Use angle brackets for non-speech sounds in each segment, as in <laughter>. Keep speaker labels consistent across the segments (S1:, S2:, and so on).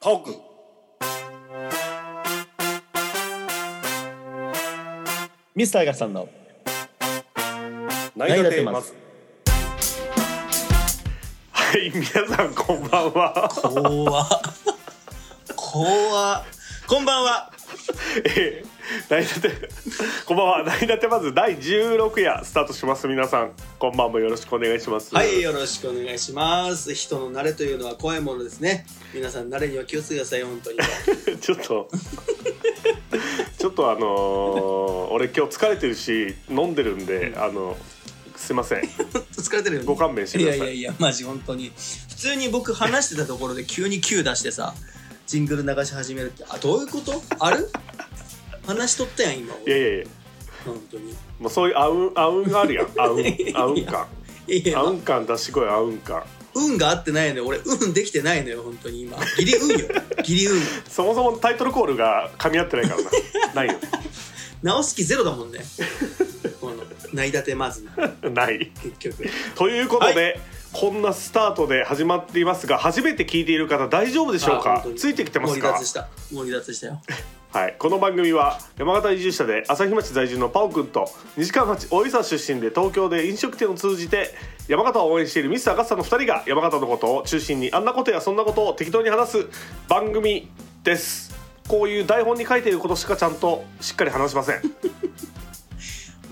S1: トーク
S2: ミスターガさんの
S1: 何が
S2: が
S1: 出
S2: 出
S1: ま
S2: ますす
S1: はい皆さんこんばんは、
S3: 怖っ怖っこんばんは
S1: えー、何だってこんばんは何だってまず第16夜スタートします皆さんこんばんもよろしくお願いします
S3: はいよろしくお願いします人の慣れというのは怖いものですね皆さん慣れには気をつけてください本当に
S1: ちょっとちょっとあのー俺今日疲れてるし飲んでるんであのすいません
S3: 疲れてるよね
S1: ご勘弁して
S3: い
S1: くださ
S3: や
S1: い
S3: いやいやマジ本当に普通に僕話してたところで急に Q 出してさジングル流し始めるってあどういうことある話しとったやん今
S1: いやいやいや
S3: 本当に
S1: もうそういうあうんあうんがあるやんあうんあうん感
S3: いやいや
S1: あうん感出してこいあうん感
S3: 運が合ってないのよ俺運できてないのよ本当に今ギリ運よギリ運
S1: そもそもタイトルコールが噛み合ってないから
S3: <laughs>
S1: なない
S3: 直す気ゼロだもんねこの内立てまずな
S1: よない
S3: 結局
S1: ということで、こんなスタートで始まっていますが初めて聞いている方大丈夫でしょう
S3: あ
S1: か
S3: 本当に
S1: ついてきてます
S3: もう離
S1: か
S3: 脱したもう離脱したよ
S1: はい、この番組は山形移住者で朝日町在住のパオくんと西川町大井沢出身で東京で飲食店を通じて山形を応援しているミスターガッサの2人が山形のことを中心にあんなことやそんなことを適当に話す番組ですこういう台本に書いていることしかちゃんとしっかり話しません
S3: <laughs>
S1: い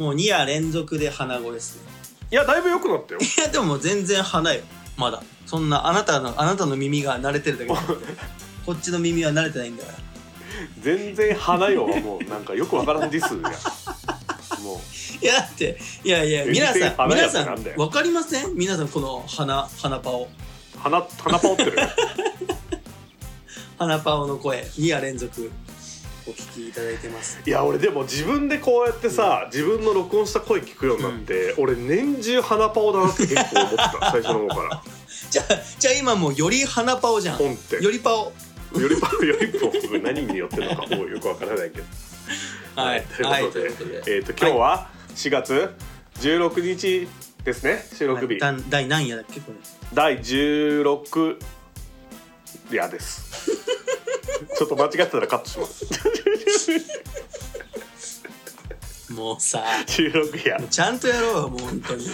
S3: もう2夜連続で鼻声ですね
S1: やだいぶ良くなったよ
S3: いやでももう全然鼻よまだそんなあなたのあなたの耳が慣れてるだけで
S1: <laughs>
S3: こっちの耳は慣れてないんだから
S1: 全然花よはもうなんかよくわからんディスやもう
S3: いやだっていやいや
S1: 全
S3: 皆
S1: 然
S3: さん
S1: 鼻や
S3: 皆
S1: って
S3: さ
S1: なん
S3: ん
S1: だよ
S3: 分かりません皆さんこの鼻鼻パオ
S1: 鼻鼻パオってる
S3: 鼻パオの声2夜連続お聞きいただいてます
S1: いや俺でも自分でこうやってさ、自分の録音した声聞くようになって、俺年中鼻パオだなって結構思った最初の方から
S3: じゃあじゃあ今もうより鼻パオじゃん
S1: 本ってよ
S3: よりパオ
S1: りパオよりポップ何によってるのかもうよくわからないけど
S3: はい
S1: ということで,、
S3: はいということで
S1: えー、と今日は4月16日ですね収録日、
S3: だ第何夜だっけこれ
S1: 第16夜ですちょっと間違ってたらカットします
S3: もうさ
S1: 16夜
S3: もうちゃんとやろうよもう本当に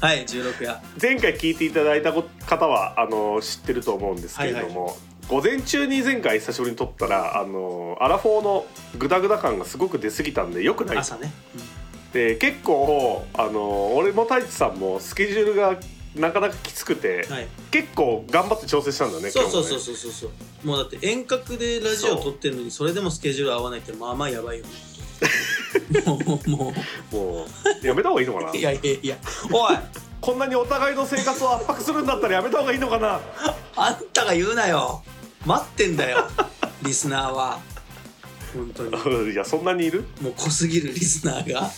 S3: はい16夜
S1: 前回聞いていただいた方はあの知ってると思うんですけれども、午前中に前回久しぶりに撮ったらあのアラフォーのグダグダ感がすごく出過ぎたんでよくない
S3: 朝ね、
S1: で結構あの俺も太一さんもスケジュールがなかなかきつくて、
S3: うんはい
S1: 結構頑張って調整したんだね
S3: そうそうそ
S1: 今
S3: う
S1: 日もね
S3: そうそうそうもうだって遠隔でラジオ撮ってるのにそれでもスケジュール合わないってまあまあやばいよね
S1: <laughs>
S3: もうも
S1: もうやめた方がいいのかな
S3: ういやいやいやおい
S1: こんなにお互いの生活を圧迫するんだったらやめた方がいいのかな <laughs>
S3: あんたが言うなよ待ってんだよリスナーは本当に
S1: いやそんなにいる
S3: もう濃すぎるリスナーが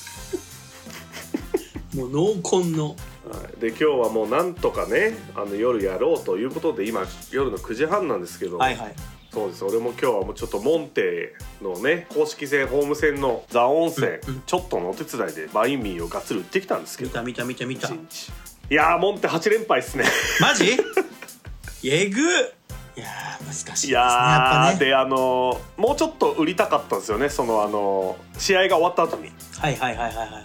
S3: もう濃紺の
S1: はいで今日はもうなんとかねあの夜やろうということで今夜の9時半なんですけど、
S3: はいはい
S1: そうです俺も今日はもうちょっとモンテのね公式戦ホーム戦のザ・温泉、
S3: うんうん
S1: ちょっとのお手伝いでバインミーをがっつり売ってきたんですけ
S3: 見
S1: ど
S3: た見た見た見た
S1: 一日いやーモンテ8連敗っす
S3: <laughs>
S1: ね
S3: マジえぐいやー難しいです
S1: い
S3: ねや
S1: や
S3: っ
S1: ー
S3: ぱね
S1: であのーもうちょっと売りたかったんですよねそのあのー試合が終わった後に、
S3: はいはいはいはいはいはい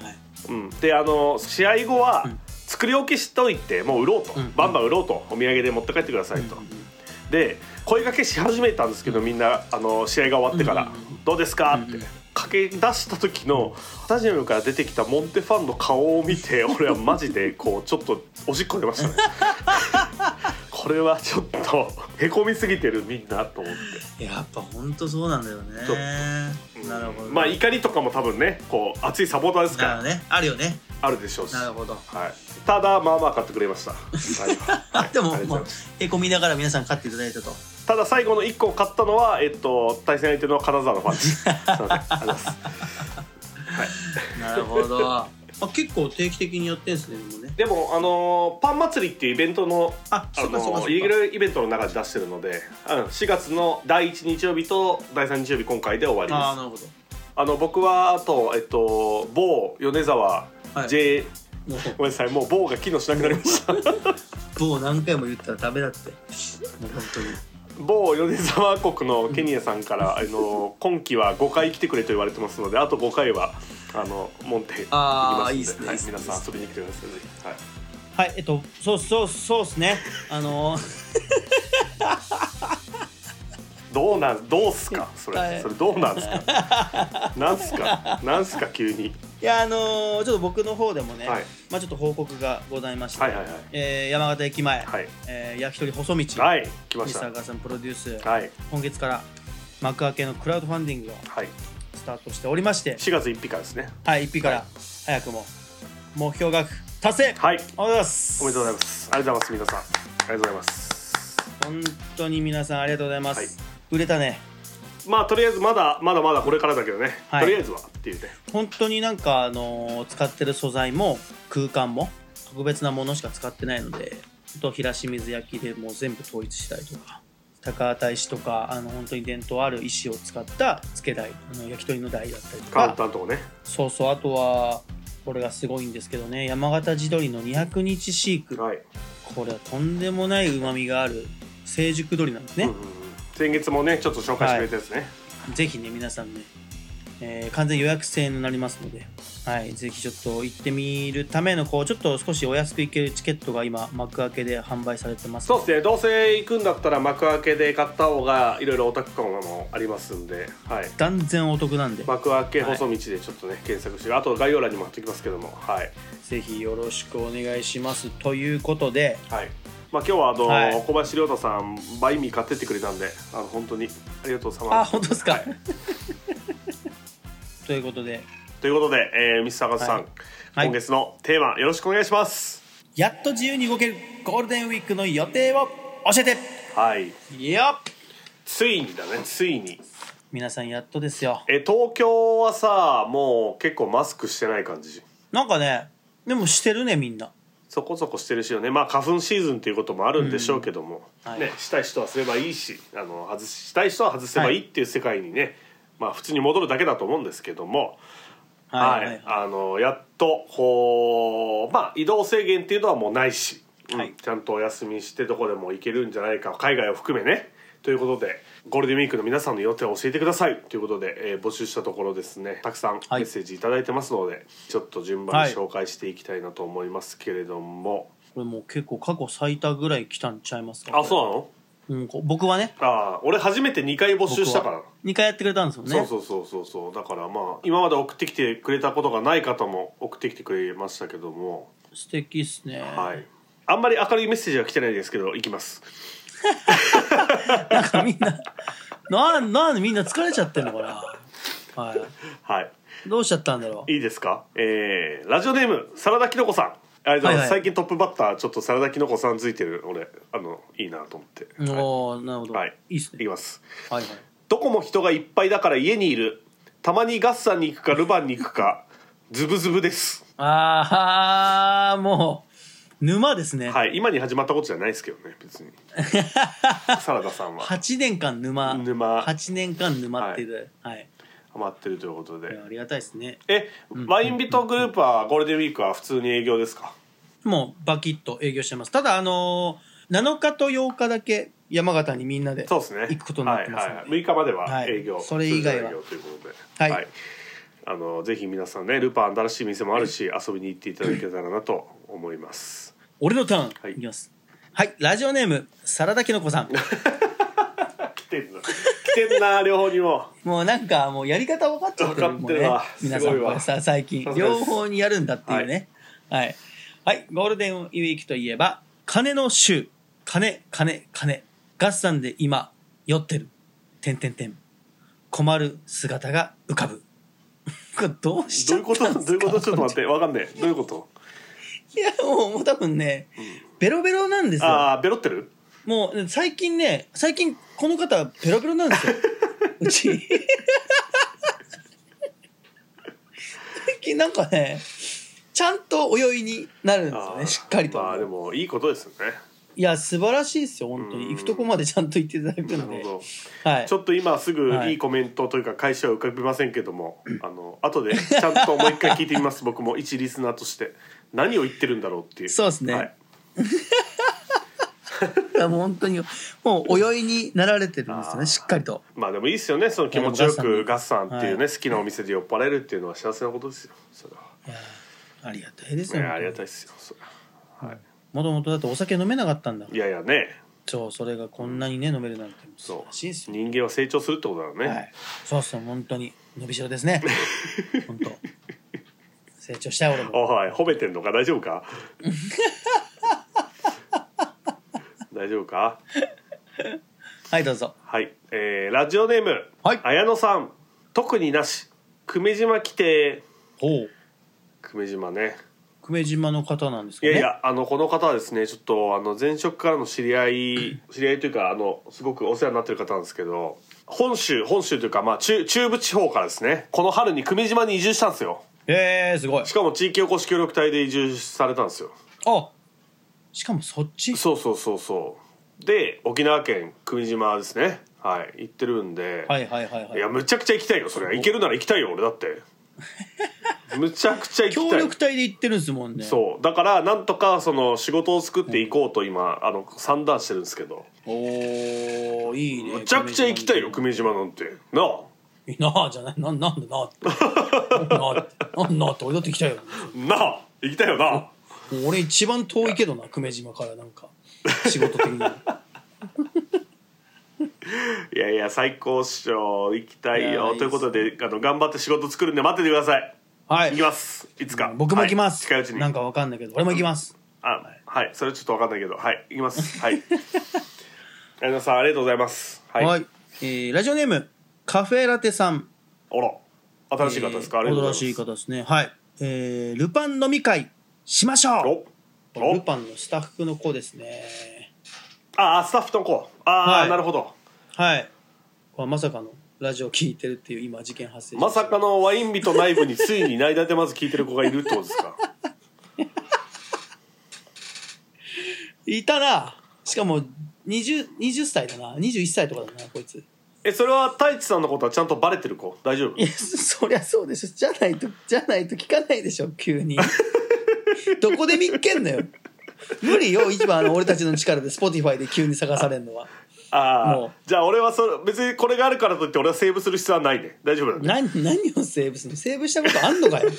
S1: うん、であのー試合後は、
S3: うん
S1: 作り置きしといてもう売ろうと、
S3: うんうん
S1: バンバン売ろうとお土産で持って帰ってくださいと、
S3: うんうんうん
S1: で声掛けし始めたんですけどみんなあの試合が終わってから
S3: うんうんうん
S1: 「どうですか?」っ
S3: うんう
S1: て
S3: ん
S1: 駆け出した時のスタジアムから出てきたモンテファンの顔を見
S3: <laughs>
S1: て俺はマジでこうちょっとおしっこ出ましたねこれはちょっとへこみすぎてるみんなと思って
S3: やっぱほんとそうなんだよね
S1: そう
S3: なるほど
S1: まあ怒りとかも多分ねこう熱いサポーターですか
S3: な
S1: ら
S3: るほどねあるよね
S1: あるでしょうし、
S3: なる
S1: は
S3: ほど
S1: い、ただまあまあ買ってくれま
S3: <laughs>
S1: した、はい
S3: あでも
S1: ありがとうござい
S3: まあ
S1: ます
S3: へこみながら皆さん勝っていただいたと
S1: ただ最後の1個を買ったのは、えっと、対戦相手の金沢のファン
S3: <laughs>
S1: です。すいませんありがとうございます
S3: なるほど
S1: <laughs>
S3: あ結構定期的にやってんすねでもね
S1: でも、あのーパン祭りっていうイベントの、
S3: あ
S1: あ
S3: そ
S1: の
S3: うかそうかそ
S1: ー、イレギュラーイベントの中で出してるので、うん、4月の第1日曜日と第3日曜日今回で終わり
S3: ああー
S1: ます。
S3: なるほど
S1: あの、僕は、あと、えっと、某米沢、
S3: はい
S1: J、
S3: もう
S1: ごめんなさい、もう某が機能しなくなりました。 <laughs>
S3: 某何回も言ったらダメだってもう本当に
S1: 某米沢国のケニエさん
S3: <laughs>
S1: から、あの今期は5回来てくれと言われてますのであと5回はあのモンテ行き
S3: あ
S1: ま
S3: あ
S1: す
S3: いい
S1: の
S3: で
S1: ですはい
S3: ねいいっすね
S1: 皆さん遊びに来てくださいぜひはい
S3: はいえっとそうそうそうですねあのー
S1: どうなんどうっすかそれ、
S3: はい
S1: それどうなんすか
S3: <laughs>
S1: なんすかなんすか急に
S3: いやあのーちょっと僕の方でもね、
S1: はい
S3: まあちょっと報告がございまして、
S1: はいはいはい
S3: えー山形駅前、
S1: はい
S3: えー焼き鳥細道、
S1: はい来ま
S3: ミ
S1: し
S3: ス
S1: た
S3: ターガーさんプロデュース、
S1: はい
S3: 今月から幕開けのクラウドファンディングを
S1: はい
S3: スタートしておりまして、
S1: 4月1日からですね
S3: はい、1日から早くも目標額達成、
S1: はい
S3: おめでとうございます
S1: おめでとうございますありがとうございます皆さんありがとうございます
S3: 本当に皆さんありがとうございます、
S1: はい
S3: 売れたね
S1: まあとりあえずまだまだまだこれからだけどね、
S3: はい
S1: とりあえずはっていうね
S3: 本当になんか、あのー使ってる素材も空間も特別なものしか使ってないのであと平清水焼きでもう全部統一したりとか高畑石とかあの本当に伝統ある石を使ったつけ台あの焼き鳥の台だったりと
S1: カウン
S3: か
S1: ターのとこね
S3: そうそうあとはこれがすごいんですけどね山形地鶏の200日飼育
S1: はい、
S3: これはとんでもないうまみがある成熟鶏なんですね、
S1: うんうんうん先月もねちょっと紹介してくれたやつね、
S3: ぜひね、皆さんね、えー完全予約制になりますので、はい、ぜひちょっと行ってみるための、こう、ちょっと少しお安く行けるチケットが今、幕開けで販売されてます。
S1: そうですねどうせ行くんだったら幕開けで買った方がいろいろお得感もありますんではい
S3: 断然お得なんで、
S1: 幕開け細道でちょっとね、検索してあと概要欄にも貼っておきますけどもはい
S3: ぜひよろしくお願いします。ということで、
S1: はいまあ今日はあの、
S3: はい
S1: 小林亮太さんバインミー買ってってくれたんであの本当にありがとうさま
S3: あ、本当ですか。 <laughs> ということで、
S1: ということで、えー、ミス坂田さん、
S3: はいはい
S1: 今月のテーマよろしくお願いします
S3: やっと自由に動けるゴールデンウィークの予定を教えて
S1: はい
S3: よっ
S1: ついにだねついに
S3: 皆さんやっとですよ。
S1: え東京はさもう結構マスクしてない感じ
S3: なんかね、でもしてるね、みんな。
S1: そこそこしてるしよねまあ花粉シーズンということもあるんでしょうけども、
S3: うんはい
S1: ね、したい人はすればいいしあの外ししたい人は外せばいいっていう世界にね、まあ普通に戻るだけだと思うんですけども、はいあのやっとこうまあ移動制限っていうのはもうないし、うん
S3: はい
S1: ちゃんとお休みしてどこでも行けるんじゃないか海外を含めねということでゴールデンウィークの皆さんの予定を教えてくださいということで、えー募集したところですねたくさんメ
S3: はい
S1: ッセージ頂いただいてますので、ちょっと順番
S3: は
S1: に
S3: い
S1: 紹介していきたいなと思いますけれども。
S3: これもう結構過去最多ぐらい来たんちゃいますか
S1: あそうなの
S3: う、うん、こ僕はね
S1: ああ俺初めて2回募集したから、
S3: 2回やってくれたんですよね
S1: そうそうそうそうそうだからまあ今まで送ってきてくれたことがない方も送ってきてくれましたけども
S3: 素敵っすね、
S1: はいあんまり明るいメッセージは来てないですけどいきます
S3: <laughs> なんかみんななんなんでみんな疲れちゃってんのかなは
S1: はい
S3: いどうしちゃったんだろう
S1: いいですかえー、ラジオネームサラダキノコさんありがとうございます、
S3: はいはい
S1: 最近トップバッターちょっとサラダキノコさんついてる俺あのいいなと思って
S3: おおなるほど、
S1: はいい、
S3: いっす
S1: い
S3: ね
S1: きます
S3: はいはい
S1: どこも人がいっぱいだから家にいるたまにガッサンに行くかルバンに行くか <laughs> ズブズブです
S3: あーもう沼ですね、
S1: はい、今に始まったことじゃないですけどね別
S3: <laughs>
S1: にサラダさんは
S3: 8年間沼
S1: 沼
S3: 8年間沼っていうはい、い、
S1: ハマってるということで
S3: やありがたいですね
S1: えワインビトグループはゴールデンウィークは普通に営業ですか
S3: もうバキッと営業してますただあのー、7日と8日だけ山形にみんなで
S1: そうですね
S3: 行くことになってます
S1: は
S3: ね
S1: いはいはい、6日までは
S3: はい
S1: 営業、
S3: それ以外
S1: 通常
S3: は
S1: 営業ということでは
S3: はい
S1: あのぜひ皆さんねルパン新しい店もあるし遊びに行っていただけたらなと思います
S3: 俺のターン、
S1: はい
S3: い、きますはいラジオネームサラダキノ
S1: <laughs>
S3: コさん
S1: 来てんな来てんな両方にも
S3: もうなんかもうやり方分かっちゃってる
S1: 分かってるわ
S3: もうね皆さ
S1: すご
S3: ん
S1: いわ
S3: これさ最近
S1: さすがです
S3: 両方にやるんだっていうねはい、はいゴールデンウィークといえば金の週金金金合算で今酔ってる点点点困る姿が浮かぶ <laughs> これどうしち
S1: どう
S3: ゃ
S1: い
S3: っ
S1: うこと
S3: たん
S1: ど
S3: です
S1: うい
S3: か
S1: うことちょっと待ってわかんねえどういうこと
S3: いやもうもう多分ね、ベロベロなんですよ
S1: ああベロってる
S3: もう最近ね最近この方ペロペロなんですようち最近なんかねちゃんと泳いになるんですよ
S1: あ
S3: ね
S1: ー
S3: しっかりと、
S1: まあでもいいことですよね
S3: いや素晴らしいですよ本当
S1: う
S3: に
S1: ん
S3: 行くとこまでちゃんと行っていただくの
S1: なる
S3: で
S1: ほど
S3: はい
S1: ちょっと今すぐ
S3: はい
S1: いいコメントというか返しは浮かびませんけども、あの後でちゃんともう一回聞いてみます僕も一リスナーとして何を言ってるんだろうっていう
S3: そうですね
S1: はい
S2: いやもう本当にもう泳いになられてるんですよ
S1: あー
S2: ねしっかりと
S1: まあでもいいっすよねその気持ちよ
S2: いやで
S1: く
S2: も
S1: ガッ
S2: ガ
S1: サンっていうね、好きなお店で酔っ払えるっていうのは幸せなことですよそれは、
S2: いやありがたいです
S1: い
S2: よ
S1: やありがたいっすよそれは
S2: もともとだってお酒飲めなかったんだ
S1: いやいやね
S2: そうそれがこんなにね飲めるなんて素晴らしいですよ、
S1: 人間は成長するってことだよね、
S2: はい、そうそう本当に伸びしろです <laughs> ね本当成長したい俺
S1: あ
S2: も
S1: はい褒めてんのか大丈夫か <laughs> 大丈夫か
S2: はいどうぞ
S1: はい、えーラジオネーム、
S2: はい
S1: 綾野さん特になし久米島来て
S2: ほう
S1: 久米島ね
S2: 久米島の方なんです
S1: い
S2: かね
S1: やいや、あのこの方はですねちょっとあの前職からの知り合い知り合いというかあのすごくお世話になってる方なんですけど本州本州というか、まあ、中中部地方からですねこの春に久米島に移住したんですよ
S2: えー、すごい
S1: しかも地域おこし協力隊で移住されたんですよ
S2: あしかもそっち
S1: そうそうそうそうで沖縄県久米島ですねはい行ってるんで、
S2: はいはいは
S1: い
S2: い
S1: や
S2: はい
S1: むちゃくちゃ行きたいよそれは行けるなら行きたいよ俺だって
S2: <laughs>
S1: むちゃくちゃ行き
S2: 協
S1: たい
S2: 力隊で行ってるんですもんね
S1: そうだからなんとかその仕事を作っていこうと今、あの算段してるんですけど
S2: おおいいね
S1: むちゃくちゃ行きたいよ久米島なんてなあ
S2: いいなあじゃないななんでなあってなんでなあってなんでなあって俺だって行きたいよ
S1: なあ行きたいよな
S2: もう俺一番遠いけどな久米島からなんか仕事的に
S1: いやいや最高っしょ行きたい
S2: いやいい
S1: よ
S2: っす
S1: ということであの頑張って仕事作るんで待っててください
S2: はい
S1: 行きますいつか
S2: 僕も行きます、
S1: はい、近いうちに
S2: なんかわかんないけど俺も行きます
S1: あはいそれちょっと分かんないけどはい行きますはい皆さんありがとうございますは、
S2: はいい、えーラジオネームカフェラテさん
S1: あら新しい方ですか、ありがとうございます
S2: えー新しい方ですねはい、えールパン飲み会しましょう
S1: お
S2: ル
S1: お
S2: パンのスタッフの子ですね
S1: ああスタッフとこうああ、
S2: はい
S1: なるほど
S2: はいこれまさかのラジオ聞いてるっていう今事件発生し
S1: ま
S2: した
S1: さかのワイン人内部についに内立てまず聞いてる子がいるってことですか
S2: いたなしかも 20, 20歳だな21歳とかだなこいつ
S1: えそれは太一さんのことはちゃんとバレてる子大丈夫
S2: いやそそりゃそうでしょじゃないとじゃないと聞かないでしょ急 <laughs> にどこで見っけんのよ無理よ一番あの俺たちの力で Spotify で急に探されるのは
S1: ああ
S2: もう
S1: じゃあ俺はそれ別にこれがあるからといって俺はセーブする必要はないね大丈夫だね
S2: 何何をセーブするのセーブしたことあんのかよ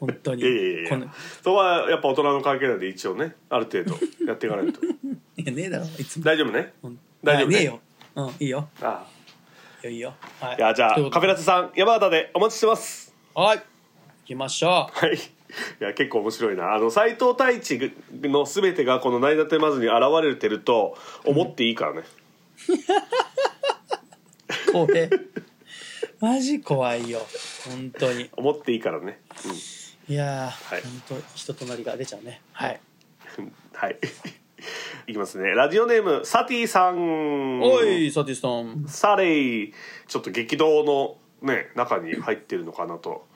S2: 本当に
S1: いやいやいや
S2: こ
S1: い
S2: の
S1: やそこはやっぱ大人の関係なんで一応ねある程度やっていかないと
S2: いやねえだろいつも
S1: 大丈夫ね
S2: <laughs> うん
S1: 大丈夫ね
S2: ねえようんいいよ
S1: あ
S2: いいよいいよは
S1: あいやじゃ
S2: とい
S1: あ
S2: う
S1: カ
S2: こ
S1: フェ
S2: とで
S1: ラテさん山形でお待ちしてます
S2: はい行きましょう
S1: はい。い <laughs> や結構面白いなあの斎藤太一の全てがこの「内立てまず」に現れてると思っていいからね、
S2: これ <laughs> マジ怖いよ本当に
S1: 思っていいからね、
S2: いやー、
S1: はい
S2: 本当人となりが出ちゃうねはい
S1: うん、はい <laughs> いきますねラジオネームサティさん
S2: おいサティストン
S1: サレイちょっと激動のね中に入ってるのかなと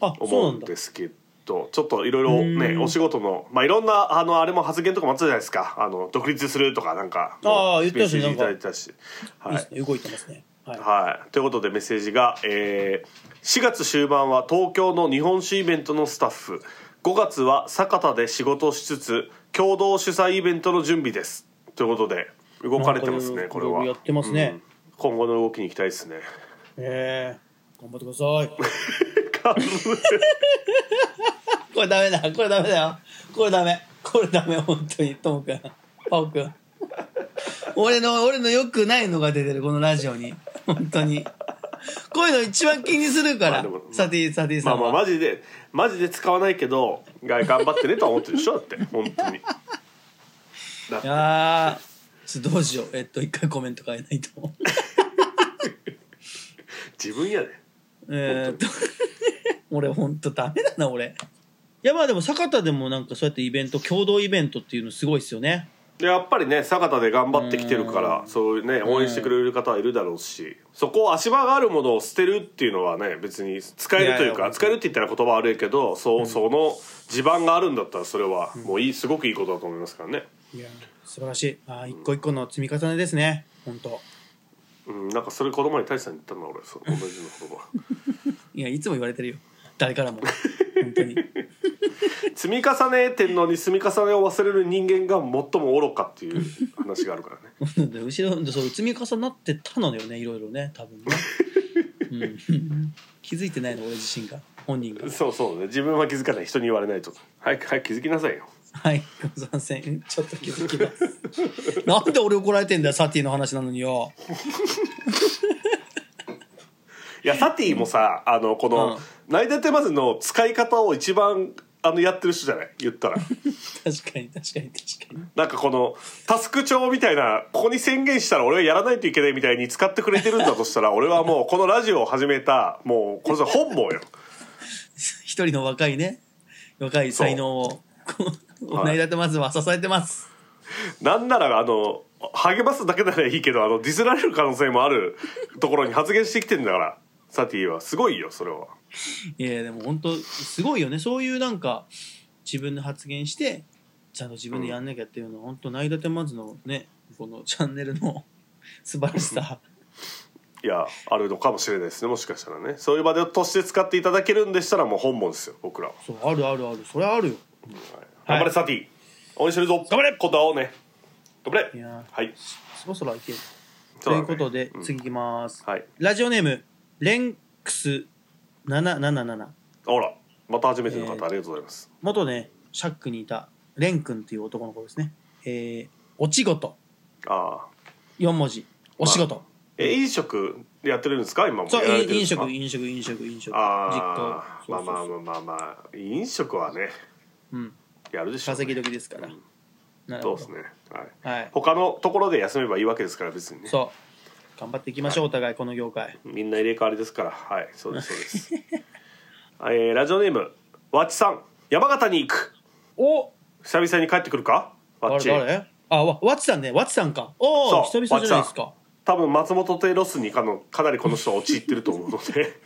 S2: あそ
S1: 思う
S2: うなんんだ
S1: ですけどちょっといろいろね
S2: うん
S1: お仕事のまあいろんなあのあれも発言とかもあったじゃないですかあの独立するとかなんか
S2: あー言ってま
S1: し
S2: した
S1: い
S2: ね
S1: ただいたし、はい
S2: い
S1: い
S2: ですね動いてますねはい
S1: はい、ということでメッセージが、えー4月終盤は東京の日本酒イベントのスタッフ5月は酒田で仕事をしつつ共同主催イベントの準備ですということで動かれてますね
S2: なんか
S1: こ
S2: い
S1: れ
S2: ろいろ
S1: は
S2: やってますね
S1: うん今後の動きに行きたいですね <laughs>
S2: ええ頑張ってくださいこれダメだこれダメだよこれダメこれダメ本当にともくんパオくん俺の俺の良くないのが出てるこのラジオに本当にこういうの一番気にするか
S1: まあ
S2: ら、
S1: でも
S2: サティサティ
S1: ま
S2: さ
S1: あ
S2: ん
S1: まあ
S2: は、
S1: マジでマジで使わないけどが頑張ってねとは思ってるでしょだって本当にあ
S2: いやーちょっとどうしようえっと一回コメント変えないと <laughs>
S1: 自分やで、
S2: えーっと俺本当ダメだな俺いやまあでも坂田でもなんかそうやってイベント共同イベントっていうのすごいですよね
S1: でやっぱりね酒田で頑張ってきてるからそういうね応援してくれる方はいるだろうしそこを足場があるものを捨てるっていうのはね別に使えるという
S2: いやい
S1: か
S2: や
S1: 使えるって言ったら言葉悪いけどそうその地盤があるんだったらそれはもういいすごくいいことだと思いますからね。
S2: いや素晴らしいあー一個一個の積み重ねですね本当
S1: うん、なんかそれ子供に大志さんに言ったんだ俺
S2: <laughs>
S1: そう同じような言葉
S2: いやいつも言われてるよ誰からも本当に
S1: 積み重ねてんのに積み重ねを忘れる人間が最も愚かっていう話があるからね
S2: <laughs> で後ろでそう積み重なってたのよねいろいろね多分ね、うん、気づいてないの俺自身が本人が
S1: そうそうね自分は気づかない人に言われないと早く早く気づきなさいよ
S2: はいご参戦ちょっと気づきます <laughs> なんで俺怒られてんだよサティの話なのによ
S1: いやサティもさあのこの「ナイダテマズ」の使い方を一番あのやってる人じゃない言ったら <laughs>
S2: 確かに確かに確かに
S1: なんかこのタスク帳みたいなここに宣言したら俺はやらないといけないみたいに使ってくれてるんだとしたら俺はもうこのラジオを始めたもうこれさ本望よ
S2: 一人の若いね若い才能をこう
S1: はい
S2: <laughs> 同いだてますは支えてます、、
S1: なんならあの励ますだけならいいけどあのディスられる可能性もあるところに発言してきてんだからサティはすごいよそれはい
S2: やでも本当すごいよねそういうなんか自分で発言してちゃんと自分でやんなきゃっていうのは、本当ないだてまずのねこのチャンネルの <laughs> 素晴らしさ
S1: いやあるのかもしれないですねもしかしたらねそういう場でとして使っていただけるんでしたらもう本望ですよ僕らは
S2: そうあるあるあるそれあるよ
S1: 頑張れサティ応援してるぞ
S2: 頑張れ
S1: 今度会おうね頑張
S2: い
S1: れ
S2: や
S1: はい
S2: ーそろそろいける、
S1: そ
S2: と
S1: だ
S2: いう
S1: ね
S2: ことで、
S1: うん
S2: 次いきます、
S1: はい
S2: ラジオネームレンクス777
S1: あらまた初めての
S2: え
S1: 方あ
S2: ー
S1: りがとうございます
S2: 元ねシャックにいたレン君っていう男の子ですねえー、お仕事
S1: ああ
S2: 4文字お仕事、
S1: え飲食やってるんですか今も
S2: そう
S1: やられてるんで
S2: 飲
S1: すか
S2: 食飲食飲食飲食実家
S1: ああ
S2: そう
S1: ま
S2: そ
S1: あ
S2: うそう
S1: まあまあまあまあ飲食はね
S2: うん
S1: やるでしょうね
S2: 稼ぎ時ですから、
S1: うん
S2: なる
S1: そ
S2: ほ
S1: うで
S2: ど
S1: すね、はい、
S2: はい
S1: 他のところで休めばいいわけですから別にね
S2: そう頑張っていきましょう、お互いこの業界
S1: みんな入れ替わりですからはいそうですそうです <laughs> えーラジオネームわっちさん山形に行く
S2: お
S1: 久々に帰ってくるかわっ
S2: 誰
S1: ち
S2: 誰あわワッチさんねワッチさんかお
S1: そ
S2: お久
S1: う
S2: 々じゃないですか
S1: 多分松本亭ロスにかのかなりこの人は陥ってると思うので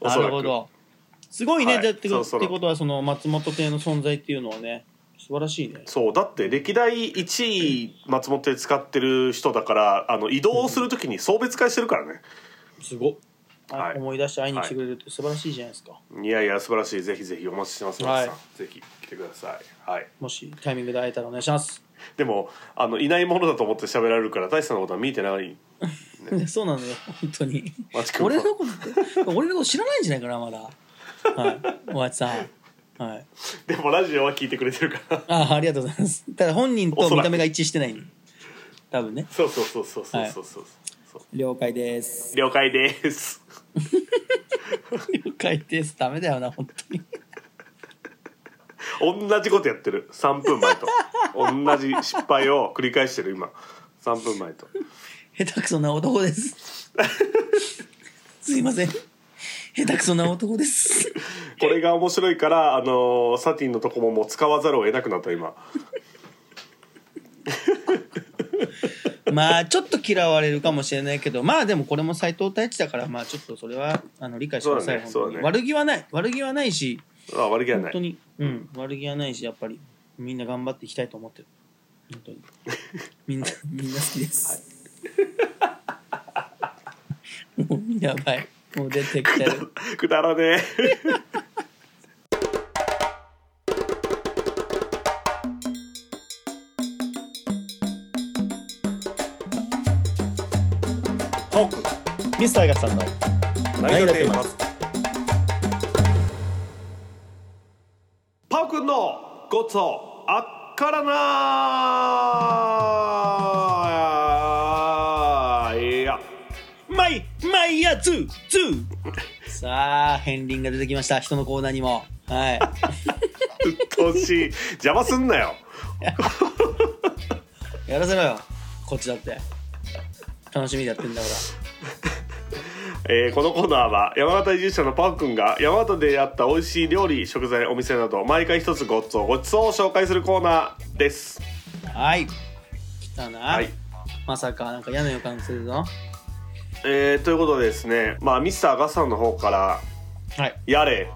S1: お
S2: な
S1: そら
S2: る
S1: く
S2: ほどすごいね、
S1: はい
S2: じゃあってこ
S1: そうそう
S2: ってことはその松本亭の存在っていうのはね素晴らしいね
S1: そうだって歴代1位松本亭使ってる人だからあの移動するときに送別会してるからね、
S2: すごっあ
S1: はい
S2: 思い出して会いに来てくれるって素晴らしいじゃないですか、
S1: いやいや素晴らしいぜひぜひお待ちしてます
S2: は
S1: 松
S2: い
S1: 本さんぜひ来てくださいはい
S2: もしタイミングで会えたらお願いします、
S1: でもあのいないものだと思って喋られるから大したのことは見てない
S2: <laughs> そうなのよ本当に
S1: マチ君は
S2: 俺のこと俺のこと知らないんじゃないかなまだはいおやつさんはい
S1: でもラジオは聞いてくれてるから
S2: あありがとうございますただ本人と見た目が一致してない多分ね
S1: そうそうそうそうそうそうそう、そう
S2: 了
S1: <laughs>
S2: 解です
S1: 了解です
S2: 了解ですダメだよな本当に
S1: 同じことやってる3分前と同じ失敗を繰り返してる今3分前と
S2: 下手くそな男ですすいません下手くそな男です
S1: これが面白いからあのーサティンのとこももう使わざるを得なくなった今
S2: まあちょっと嫌われるかもしれないけどまあでもこれも斎藤太一だからまあちょっとそれはあの理解してください、
S1: そうだね
S2: 本当に
S1: そうだね
S2: 悪気はない悪気はないし
S1: あ悪気はな
S2: 本当
S1: い
S2: に、うん、悪気はないしやっぱりみんな頑張っていきたいと思ってる本当にみんなみんな好きです、もうやばいもう出てきてる
S1: くだらねえ
S3: トークミスターガさんの
S1: 何が
S3: 何が
S1: テ
S3: テ
S1: ー
S3: ー
S1: マ
S3: マ
S1: パオくんのごちそうあっからないや
S2: マイマイヤーツーツーさあ片鱗が出てきました人のコーナーにもは
S1: う
S2: い
S1: っとうしい邪魔すんなよ
S2: <laughs> やらせろよこっちだって楽しみでやってんだから
S1: <laughs> えーこのコーナーは山形移住者のパオくんが山形でやった美味しい料理食材お店など毎回一つごちそうごちそうを紹介するコーナーです
S2: はい来たな、
S1: はい
S2: まさかなんか嫌な予感するぞ
S1: えーということでですねまあミスターガスさんの方から
S2: はい
S1: 「やれ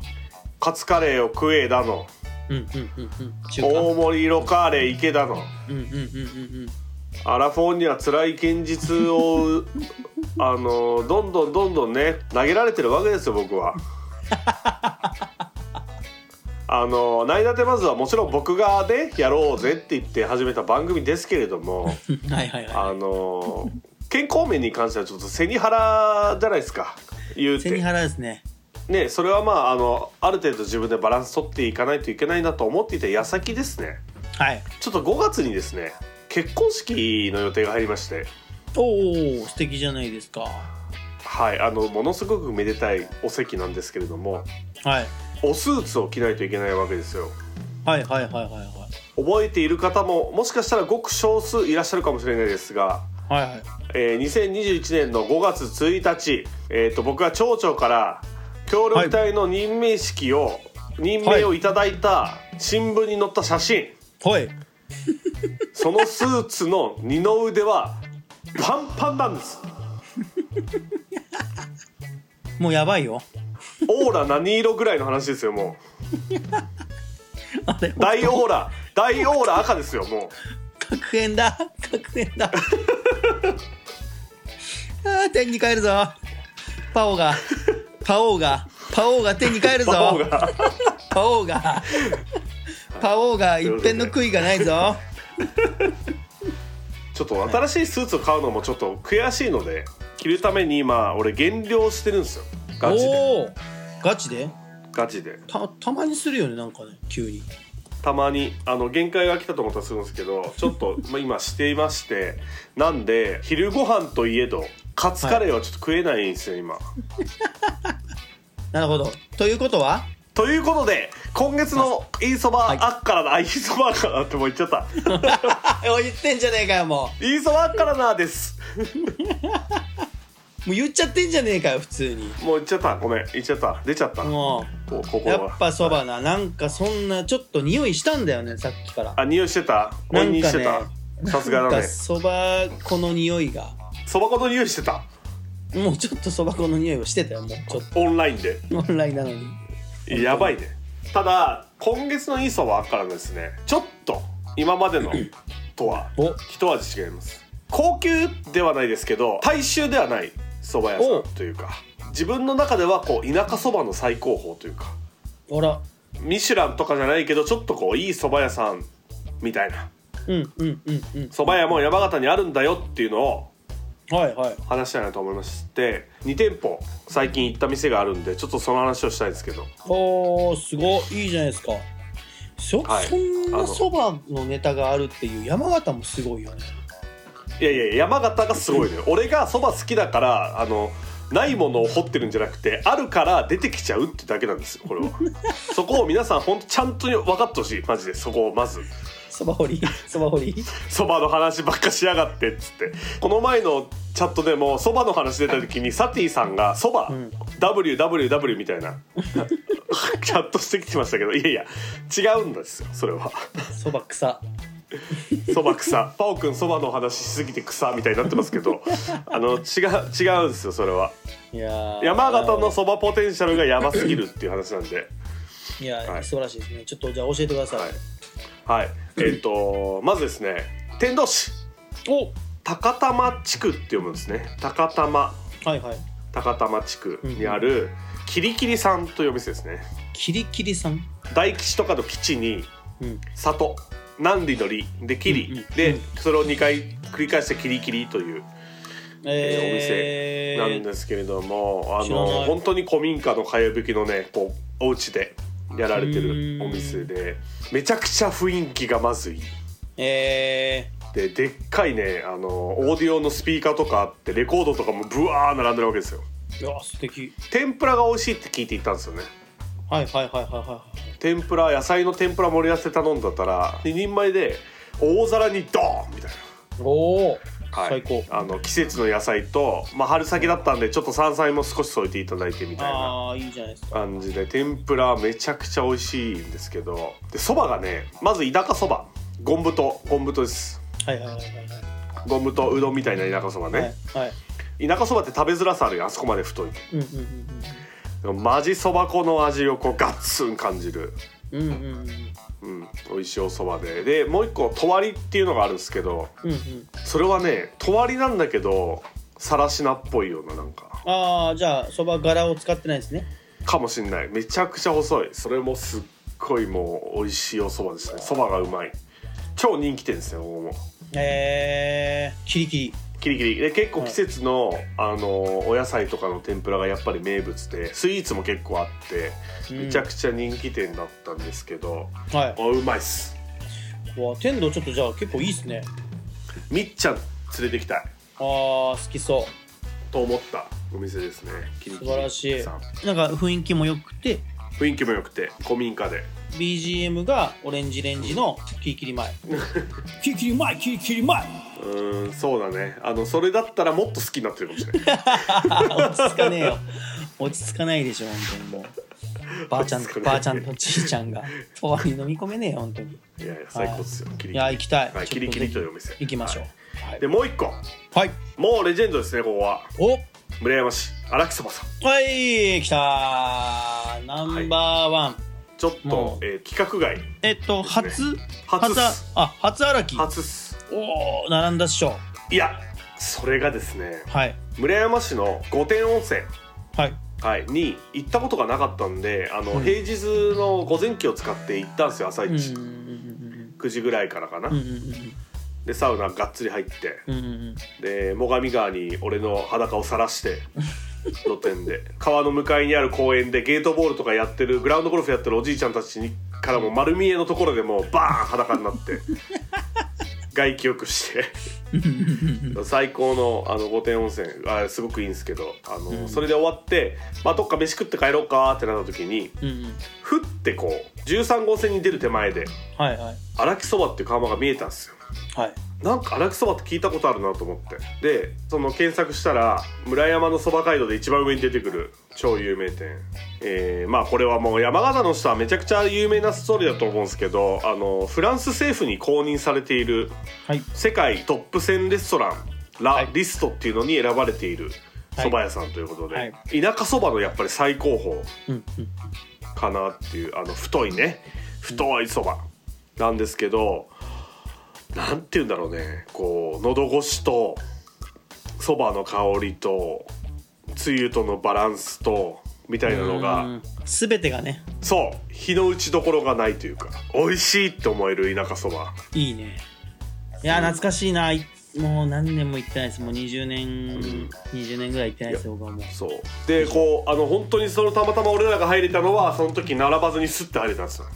S1: カツカレーを食え」だの
S2: うんうんうんうん
S1: 「
S2: 中華
S1: 大盛り色カレー行け」だの
S2: うんうんうんうん
S1: 「アラフォーには辛い現実を <laughs> あのどんどんどんどんね投げられてるわけですよ僕は。 <laughs> あの内立てまずはもちろん僕がねやろうぜって言って始めた番組ですけれども
S2: はいはいは
S1: あの健康面に関してはちょっと背に腹じゃないですか言う
S2: い。背に
S1: て
S2: 腹ですね。
S1: ねそれはまああのある程度自分でバランス取っていかないといけないなと思っていた矢先ですね
S2: はい。
S1: ちょっと5月にですね結婚式の予定が入りまして
S2: おお素敵じゃないですか。
S1: はいあのものすごくめでたいお席なんですけれども
S2: はい。
S1: おスーツを着ないといけないわけですよ
S2: はいはいはいはいはい。
S1: 覚えている方ももしかしたらごく少数いらっしゃるかもしれないですが、
S2: はいはい。
S1: えー2021年の5月1日、えー、と僕は町長から協力隊の任命式を、任命をいただいた新聞に載った写真
S2: ほい。
S1: そのスーツの二の腕はパンパンなんです
S2: もうやばいよ。
S1: オーラ何色ぐらいの話ですよも
S2: <laughs> あれ
S1: う大オーラ大オーラ赤ですよも
S2: 確変だ確変 <laughs> だあー天に帰るぞパオがパオがパオが天に帰る
S1: う
S2: ぞ
S1: パオが
S2: パオがパオが一片の悔いがないぞ
S1: ちょっと新しいスーツを買うのもちょっと悔しいので着るために今俺減量してるんですよガチで
S2: おおーガチで
S1: ガチで
S2: たたまにするよねなんかね急に
S1: たまにあの限界が来たと思ったらするんですけどちょっとまあ今していましてなんで昼ご飯といえどカツカレーはちょっと食えないんですよ今、
S2: なるほどということは <laughs>
S1: ということで今月の「イーソバ
S2: はい
S1: あっからな」あイーソバあっからな」ってもう言っちゃった
S2: あおい言ってんじゃねえかよも
S1: 「イーソバあっからな」です
S2: うもう言っちゃってんじゃねえかよ普通に
S1: もう言っちゃったごめん言っちゃった出ちゃったこ
S2: もう
S1: 心
S2: や
S1: が
S2: っぱそばななんかそんなちょっと匂いしたんだよねさっきから
S1: あ匂いしてたおいにしてた
S2: なんか
S1: さすが
S2: なん
S1: だ
S2: か
S1: ね
S2: そば粉の匂いが
S1: そば粉の匂いしてた
S2: もうちょっとそば粉の匂いをしてたよもうちょっ
S1: オンラインで
S2: と本来なのに
S1: やばいねただ今月のイーソバからですねちょっと今までのとは
S2: お
S1: 一味違います高級ではないですけど大衆ではない蕎麦屋
S2: お
S1: さんというか自分の中ではこう田舎そばの最高峰というか
S2: あら
S1: ミシュランとかじゃないけどちょっとこういい蕎麦屋さんみたいな
S2: うんうんうんうん
S1: 蕎麦屋も山形にあるんだよっていうのを
S2: はいはい
S1: 話したいなと思いまして2店舗最近行った店があるんでちょっとその話をしたいんですけど
S2: おーすごいいいじゃないですかそ,、
S1: はい
S2: そん
S1: あ
S2: な
S1: の
S2: そばのネタがあるっていう山形もすごいよね
S1: いやいや山形がすごい
S2: <laughs>
S1: のよ俺がそば好きだからあのないものを掘ってるんじゃなくてあるから出てきちゃうってだけなんですよ
S2: <laughs>
S1: これはそこを皆さんほんとちゃんと分かってほしいマジでそこをまず
S2: そば掘りそば掘り
S1: そばの話ばっかしやがってっつってこの前のチャットでもそばの話出た時にサティさんが「そば、
S2: うん
S1: WWW」みたい
S2: <laughs>
S1: なチャットしてきてましたけどいやいや違うんですよそれは
S2: そば草
S1: そば草パオくんそばの話しすぎて草みたいになってますけ <laughs> どあの違う違うんですよそれはい
S2: やー
S1: 山形のそばポテンシャルがやばすぎるっていう話なんで、
S2: いや、
S1: はい
S2: 素晴らしいですねちょっとじゃあ教えてください、
S1: はい、はい、えっ、とまずですね、天童市
S2: お
S1: 高玉地区って読むんですね。高玉
S2: はいはい
S1: 高玉地区にあるキリキリさんというお店ですね。
S2: キリキリさん
S1: 大吉とかの吉に
S2: うん
S1: 里、南里の里でキリ、
S2: うんうん
S1: でそれを2回繰り返してキリキリという。
S2: えー、
S1: なんですけれども、あ
S2: 知ら
S1: の
S2: ない
S1: 本当に古民家のかやぶきのねこうお家でやられてるお店でめちゃくちゃ雰囲気がまずいい
S2: え
S1: ででっかいねあのオーディオのスピーカーとかあってレコードとかもブワー並んでるわけですよ
S2: ー、いや素敵
S1: 天ぷらが美味しいって聞いていたんですよね
S2: はいはいはいはいはい
S1: 天ぷら野菜の天ぷら盛り合わせ頼んだったら2人前で大皿にドーンみたいな
S2: おお、
S1: はい
S2: 最高
S1: あの季節の野菜と、まあ、春先だったんでちょっと山菜も少し添えていただいてみたいな
S2: ああいいじゃないですか
S1: 感じで天ぷらめちゃくちゃ美味しいんですけどでそばがねまず田舎そばゴンブトゴンブトです
S2: はいはいはいはい
S1: ゴンブトうどんみたいな田舎そば
S2: はい
S1: ね、
S2: はい
S1: 田舎そばって食べづらさあるよあそこまで太い
S2: うんうん
S1: でもマジそば粉の味をこうガッツン感じる、
S2: うんうんうんうんうん
S1: うん、美味しいおそばででもう一個とわりっていうのがあるんですけど
S2: うんうん
S1: それはねとわりなんだけどさらしなっぽいようななんか
S2: ああじゃあそば柄を使ってないですね
S1: かもしんないめちゃくちゃ細いそれもすっごいもう美味しいお蕎麦でしたね蕎麦がうまい超人気店ですねここも
S2: えー、キリキリ
S1: キリキリで結構季節の、あのお野菜とかの天ぷらがやっぱり名物でスイーツも結構あってめちゃくちゃ人気店だったんですけど、
S2: ちゃ、は
S1: あうまいっす
S2: い、わ天童ちょっとじゃあ結構いいですね
S1: みっちゃん連れてきたい
S2: あー好きそ
S1: と思ったお店ですねキリ
S2: う
S1: キ
S2: 素
S1: リ
S2: 晴らし
S1: さん
S2: いなんか雰囲気も良くて
S1: 雰囲気も良くて古民家で
S2: BGM がオレンジレンジのキリキリ前キリキリ前キリキリ前
S1: うーんそうだねあのそれだったらもっと好きになってるかもしれない
S2: 落ち着かねえよ落ち着かないでしょ本当にもうばあちゃん
S1: 落ち着か
S2: と
S1: ない
S2: ばあちゃんとじいちゃんがそばに飲み込めねえよ本当に
S1: いやいや最高っすよキリキ
S2: い
S1: リ
S2: や行きたい、
S1: はい、
S2: ち
S1: キ
S2: ょ
S1: リ
S2: っぜひ
S1: キリというお店
S2: 行きましょう
S1: は
S2: はい
S1: い、でもう一個
S2: はい、
S1: もうレジェンドですねここは
S2: お
S1: 村山市荒木そばさん
S2: はい来たーナンバーワン、
S1: ちょっと
S2: も、う
S1: えー、規格外
S2: えっと
S1: そうです
S2: 初、
S1: 初っ
S2: 初あ
S1: す
S2: あ初荒木
S1: 初っす
S2: おお並んだっしょ
S1: いやそれがですね
S2: はい
S1: 村山市の御殿温泉
S2: はい
S1: はい、に行ったことがなかったんであの、
S2: うん
S1: 平日の午前期を使って行ったんですよ朝
S2: うんうん
S1: 一、9時ぐらいからかな、
S2: うんうんうん
S1: でサウナがっつり入って
S2: うんうんうんうん
S1: で最上川に俺の裸を晒して露店で <laughs> 川の向かいにある公園でゲートボールとかやってるグラウンドゴルフやってるおじいちゃんたちにからも丸見えのところでもうバーン裸になって
S2: <laughs>
S1: 外気よくして最高のあの御殿温泉あすごくいいんですけどあの、
S2: うん
S1: それで終わって、まあ、どっか飯食って帰ろうかってなった時に
S2: うんうん
S1: ふってこう13号線に出る手前で
S2: はいはい
S1: 荒木そばっていう看板が見えたんですよ。
S2: はい
S1: なんか荒木そばって聞いたことあるなと思ってでその検索したら村山のそば街道で一番上に出てくる超有名店えー、まあこれはもう山形の人はめちゃくちゃ有名なストーリーだと思うんですけどあのフランス政府に公認されている
S2: はい
S1: 世界トップ10レストラン
S2: は
S1: ラ・
S2: い
S1: リストっていうのに選ばれている蕎麦屋さんということで、
S2: はい
S1: 田舎そばのやっぱり最高峰
S2: うんうん
S1: かなっていうあの太いね太いそばなんですけどなんて言うんだろうねこう喉越しとそばの香りとつゆとのバランスとみたいなの
S2: う
S1: が
S2: ん全てがね
S1: そう日の打ちどころがないというか美味しいって思える田舎そば
S2: いいねいや懐かしいないもう何年も行ってないですもう20年20年ぐらい行ってないですよ僕はもう
S1: そうでこうあの本当にそのたまたま俺らが入れたのはその時並ばずにスッて入れたんですよ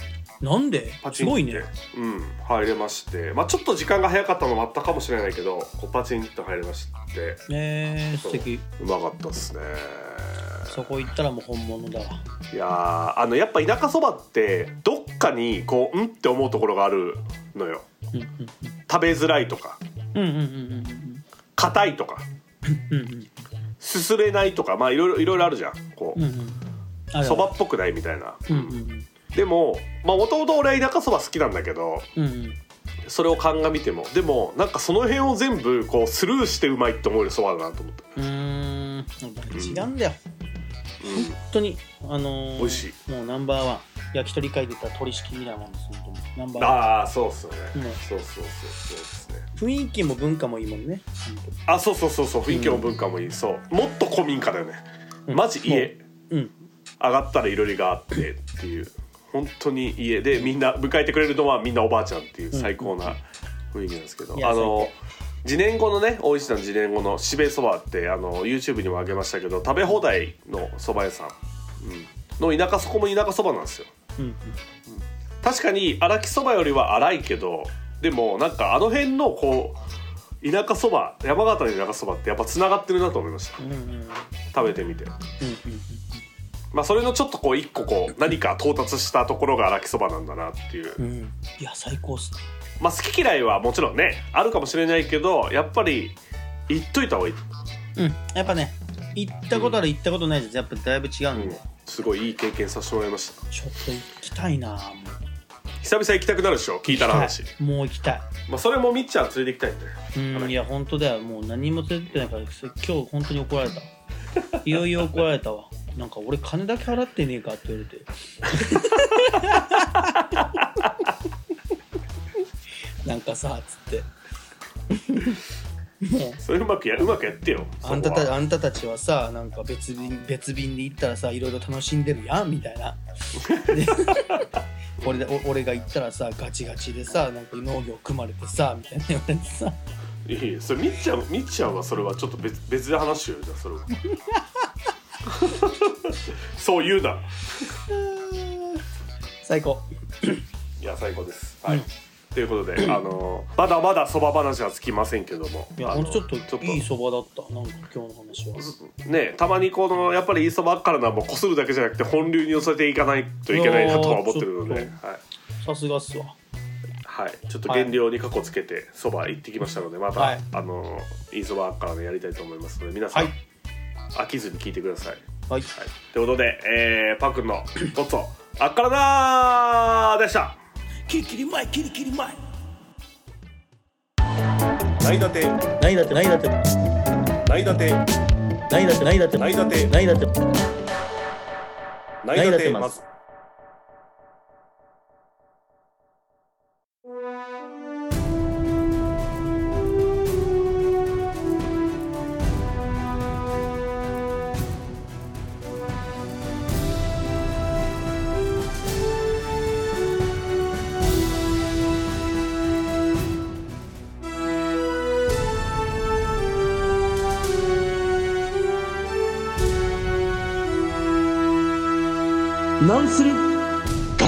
S2: なんですごいね
S1: ってうん入れましてまあちょっと時間が早かったのもあったかもしれないけどこうパチンと入れまして
S2: えー、素敵
S1: うまかったっすね
S2: そこ行ったらもう本物だわ
S1: いやーあのやっぱ田舎そばってどっかにこううんって思うところがあるのよ
S2: うん
S1: 食べづらいとか
S2: うんうんうんうんうん
S1: 硬いとか
S2: うんうん
S1: すすれないとかまあいろいろいろいろあるじゃんこ
S2: うんうんあ
S1: う
S2: る
S1: そばっぽくないみたいな
S2: うんうん
S1: でもまあもともと俺は田舎そば好きなんだけど
S2: うんうん
S1: それを鑑みてもでもなんかその辺を全部こうスルーしてうまいって思えるそばだなと思った、
S2: うーん違うんだよ
S1: うん
S2: 本当にあのー、
S1: 美味し
S2: いもうナンバーワン焼き鳥界で言ったら鳥式みたいなもんです本当にナンバーワン
S1: ああそうっすよね、
S2: うん
S1: そうそうそうそうですね
S2: 雰囲気も文化もいいもんね
S1: あそうそうそうそう雰囲気も文化もいい、そうもっと古民家だよね、
S2: うん
S1: マジ家
S2: うん
S1: 上がったらいろりがあってっていう本当に家でみんな迎えてくれるのはみんなおばあちゃんっていう最高な雰囲気なんですけど、
S2: いや
S1: あの次年後のね大石さん次年後のしべそばってあの YouTube にもあげましたけど食べ放題のそば屋さん、うん、の田舎そこも田舎そばなんですよ
S2: うんうん
S1: 確かに荒木そばよりは荒いけどでもなんかあの辺のこう田舎そば山形の田舎そばってやっぱつながってるなと思いました
S2: うんうんうんうんうん
S1: 食べてみてまあそれのちょっとこう一個こう何か到達したところが荒木そばなんだなっていう、
S2: うんうんいや最高っすね
S1: まあ好き嫌いはもちろんねあるかもしれないけどやっぱり言っといた方がいい、
S2: うんやっぱね行ったことある行ったことないですやっぱだいぶ違う
S1: うんん
S2: で、
S1: すごいいい経験させてもらいました
S2: ちょっと行きたいなも
S1: 久々行きたくなるでしょ聞いたら話、
S2: うもう行きたい
S1: まあそれもみっちゃん連れて行きたいんだよ
S2: うんいや本当だよもう何も出てないからそれ今日本当に怒られたいよいよ怒られたわなんか俺金だけ払ってねえかって言われてなんかさつってもう
S1: それうまくやうまくやってよ
S2: あんた
S1: そこ
S2: た
S1: は
S2: あんたたちはさなんか別便別便に行ったらさいろいろ楽しんでるやんみたいな。
S1: <laughs>
S2: で俺でお俺が行ったらさガチガチでさなんか農業組まれてさみたいな言われてさ
S1: いやいやそれみっちゃんみっちゃんはそれはちょっと別別で話しようよじゃあ
S2: <laughs>
S1: それはそう言うな
S2: 最高
S1: いや最高ですはい、ということで、あのまだまだそば話はつきませんけども
S2: いや
S1: あ
S2: ほ
S1: の
S2: んとちょっといいそばだったなんか今日の話は
S1: ねたまにこのやっぱりイーストばっかりなもうこするだけじゃなくて本流に寄せていかないといけないなとは思ってるの
S2: い
S1: で
S2: やー
S1: はい、
S2: さすがっすわ
S1: はい、ちょっと減量に過去つけてそば行ってきましたのでまた、
S2: はい
S1: あのイーストばっかりのやりたいと思いますので皆さん、
S2: はい
S1: 飽きずに聞いてください。
S2: はい
S1: はい、ということで、えー、パックンのごっそあっからだーでした。
S2: <laughs> キリキリ前キリキリ前
S1: ないだて、
S3: ないだってないだってな
S1: ないだて、
S3: いだってないだって
S1: ないだて
S3: ないだって
S1: ない
S3: だてます。
S4: なんする合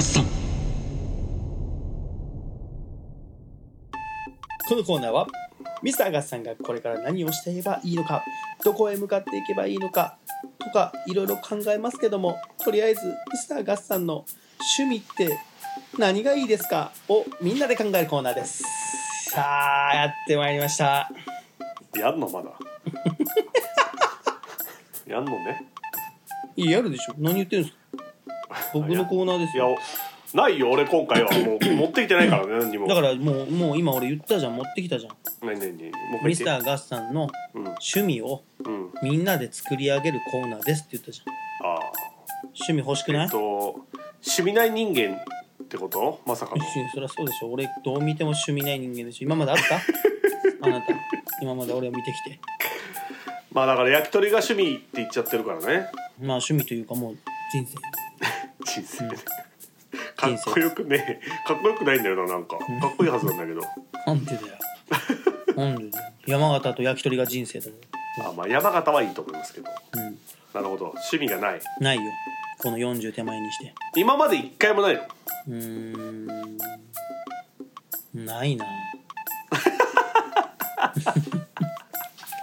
S4: 算
S2: このコーナーはミスターガスさんがこれから何をしていればいいのかどこへ向かっていけばいいのかとかいろいろ考えますけどもとりあえずミスターガスさんの趣味って何がいいですかをみんなで考えるコーナーですさあやってまいりました
S1: やんのまだ。 <laughs> やんのね。
S2: いややるでしょ何言ってるんですか僕のコーナーです
S1: いや
S2: よ、
S1: ないよ俺今回はもう持ってきてないからね何にも。
S2: だからもうもう今俺言ったじゃん持ってきたじゃん
S1: 何何何もう一回言
S2: ミ
S1: っ
S2: ス
S1: て
S2: ターガスさんの
S1: うん
S2: 趣味を
S1: うん
S2: みんなで作り上げるコーナーですって言ったじゃん
S1: あ
S2: 趣味欲しく
S1: ー
S2: な
S1: え
S2: い
S1: っと趣味ない人間ってことまさか
S2: <laughs>
S1: の
S2: 一。瞬そりゃそうでしょ俺どう見ても趣味ない人間でしょ今まであった
S3: <laughs>
S2: あなた今まで俺を見てきて
S1: まあだから焼き鳥が趣味って言っちゃってるからね。
S2: まあ趣味というかもう人生
S1: 人生
S2: うん
S1: で。かっこよくねかっこよくないんだよななんかかっこいいはずなんだけど
S2: なん
S3: <laughs>
S2: でだよなんでだよ山形と焼き鳥が人生だよ、
S1: あまあ山形はいいと思いますけど
S2: うん、
S1: なるほど趣味がない
S2: ないよこの40手前にして
S1: 今まで一回もないの
S2: うーんない <laughs> な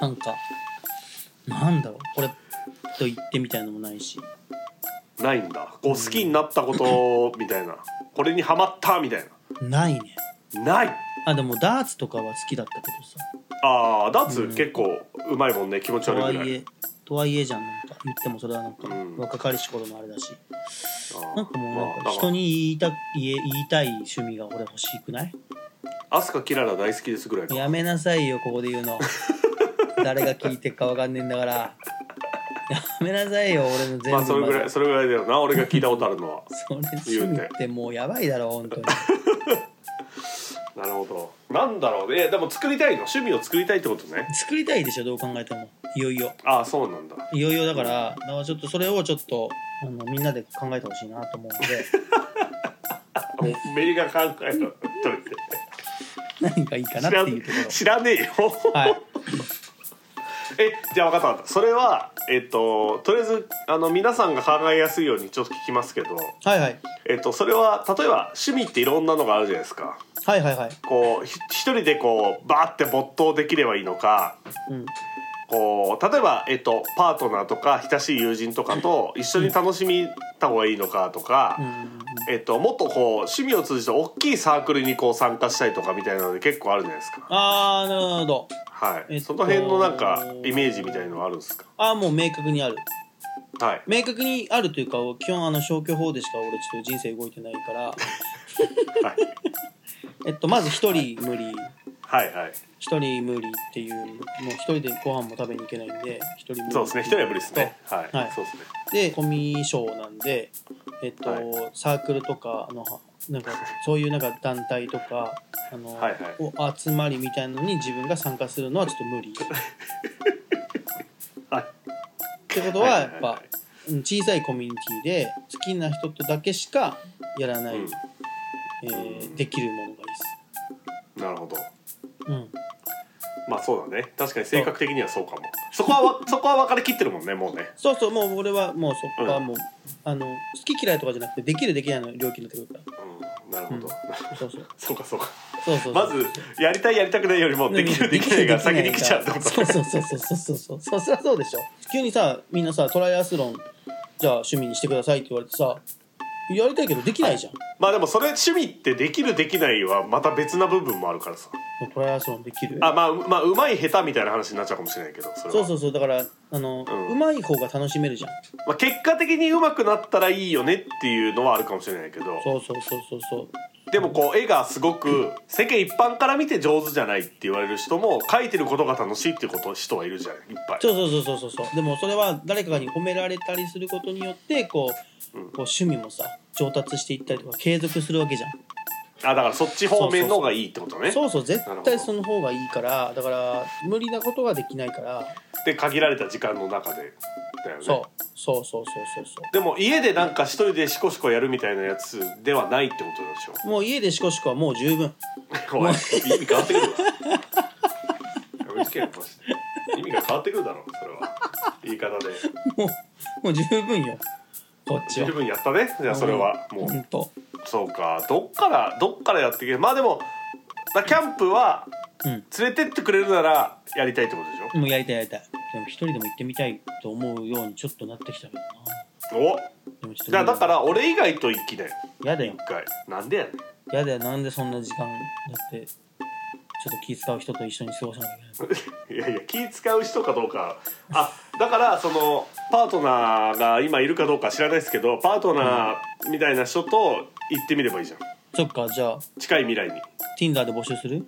S2: なんかなんだろうこれと言ってみたいのもないし
S1: ないんだこう好きになったことみたいなこれにハマったみたい
S2: ないね
S1: なない
S2: あでもダーツとかは好きだったけどさ
S1: あーダーツ
S2: うん
S1: 結構うまいもんね気持ち
S2: とは
S1: 悪い
S2: い
S1: ぐらい
S2: えとはいえじゃんなんか言ってもそれはなんか
S1: うん
S2: 若かりし頃のあれだし、
S1: あー
S2: なんかもうなん
S1: ま
S2: か
S1: あ
S2: 人に言いた言え言いたい趣味が俺欲しくない
S1: アスカキララ大好きですぐらいか
S2: やめなさいよここで言
S1: <laughs>
S2: うの誰が聞いてっかわかんねえんだからやめなさいよ俺の全部
S1: まあそれぐら
S2: ま
S1: い
S2: ず
S1: それぐらいだよな俺が聞いたことあるのは
S2: それ趣味ってもうやばいだろ本当に
S1: なるほどなんだろうねでも作りたいの趣味を作りたいってことね
S2: 作りたいでしょどう考えてもいよいよ
S1: ああそうなんだ
S2: いよいよだからだからちょっとそれをちょっとあのみんなで考えてほしいなと思うの
S1: <laughs>
S2: で
S1: もうメリが考えたのとり
S2: 何がいいかな
S1: あ
S2: っ
S1: え
S2: ていうとこ
S1: ず知らねえよ
S2: ろはい
S1: えじゃあ分かった分かったそれはえっととりあえずあの皆さんが考えやすいようにちょっと聞きますけど
S2: はいはい
S1: えっと、それは例えば趣味っていろんなのがあるじゃないですか
S2: はいはいはい
S1: こうひ一人でこうバーって没頭できればいいのか
S2: うん
S1: こう例えば、えっと、パートナーとか親しい友人とかと一緒に楽しみた方がいいのかとか
S2: う、ん
S1: えっと、もっとこう趣味を通じて大きいサークルにこう参加したいとかみたいなので結構あるじゃないですか、
S2: あーなるほど
S1: はい
S2: えっと
S1: その辺のなんかイメージみたいのはあるんですか
S2: あーもう明確にある
S1: はい
S2: 明確にあるというか基本あの消去法でしか俺ちょっと人生動いてないから、
S1: はい
S2: えっと、まず一人無理
S1: はいはい
S2: 一人無理っていうもう一人でご飯も食べに行けないんで一人無理
S1: そうですね一人は無理ですねはい、
S2: はい
S1: そうですね
S2: でコミュ障なんでえっと
S1: はい
S2: サークルとかあのなんかそういうなんか団体とかあの、
S1: はいはい
S2: を集まりみたいのに自分が参加するのはちょっと無理。
S1: はい
S2: ってことはやっぱ、うん小さいコミュニティで好きな人とだけしかやらない、
S1: うん
S2: えーできるものがいいです。
S1: なるほど
S2: うん、
S1: まあそうだね確かに性格的にはそうかもそこはわそこは分かりきってるもんねもうね
S2: そうそうもう俺はもうそこは
S1: うん
S2: もう、あの好き嫌いとかじゃなくてできるできないの領域になってくるか
S1: うんなるほど、
S2: うんらそうそう
S1: <laughs> そうかそうか
S2: そうそうそう
S1: まずやりたいやりたくないよりもできるできないが先に来ちゃうってこと
S2: そうそうそうそうそうそうそうそりゃそうでしょ急にさみんなさトライアスロンじゃあ趣味にしてくださいって言われてさやりたいけどできないじゃん
S1: まあでもそれ趣味ってできるできないはまた別な部分もあるからさ
S2: トライアスロンできる
S1: あまあうまあうまい下手みたいな話になっちゃうかもしれないけどそれは
S2: そうそうそうだからあの、
S1: うん
S2: うまい方が楽しめるじゃん
S1: まあ、結果的にうまくなったらいいよねっていうのはあるかもしれないけど
S2: そうそうそうそうそう
S1: でもこう絵がすごく世間一般から見て上手じゃないって言われる人も描いてることが楽しいっていうこと人はいるじゃないいっぱい
S2: そうそうそうそうそうそうでもそれは誰かに褒められたりすることによってこう,、
S1: うん
S2: こう趣味もさ上達していったりとか継続するわけじゃん
S1: あだからそっち方面の方がいいってことね
S2: そうそう絶
S1: なるほど
S2: 対その方がいいからだから無理なことはできないから、
S1: で限られた時間の中でだよね
S2: そうそうそうそうそうそ
S1: でも家でなんか一人でシコシコやるみたいなやつではないってことでしょ
S2: うもう家でシコシコはもう十分
S1: おい意味変わって
S2: <laughs>
S1: くるわやめつけよマジで意味が変わってくるだろそれは言い方で
S2: もうもう十分よこっち
S1: 十
S2: は
S1: 分やったねじゃあそれはも
S2: ほ
S1: うん
S2: と
S1: そうかどっからどっからやっていけるまあでもまあキャンプは
S2: うん
S1: 連れてってくれるならやりたいってことで
S2: もうやりたいやりたいでも一人でも行ってみたいと思うようにちょっとなってきたけどな
S1: しょ
S2: でもち
S1: お
S2: ょっと
S1: じゃあだから俺以外と行きなよ
S2: やだよ
S1: 一回なんでやねん <laughs>
S2: やだよなんでそんな時間だってちょっと気使う人と一緒に過ごさなきゃいけな
S1: いや
S2: い
S1: いや気使う人かどうかあだからそのパートナーが今いるかどうか知らないですけどパートナーみたいな人と行ってみればいいじゃん
S2: そっかじゃあ
S1: 近い未来に
S2: Tinder で募集する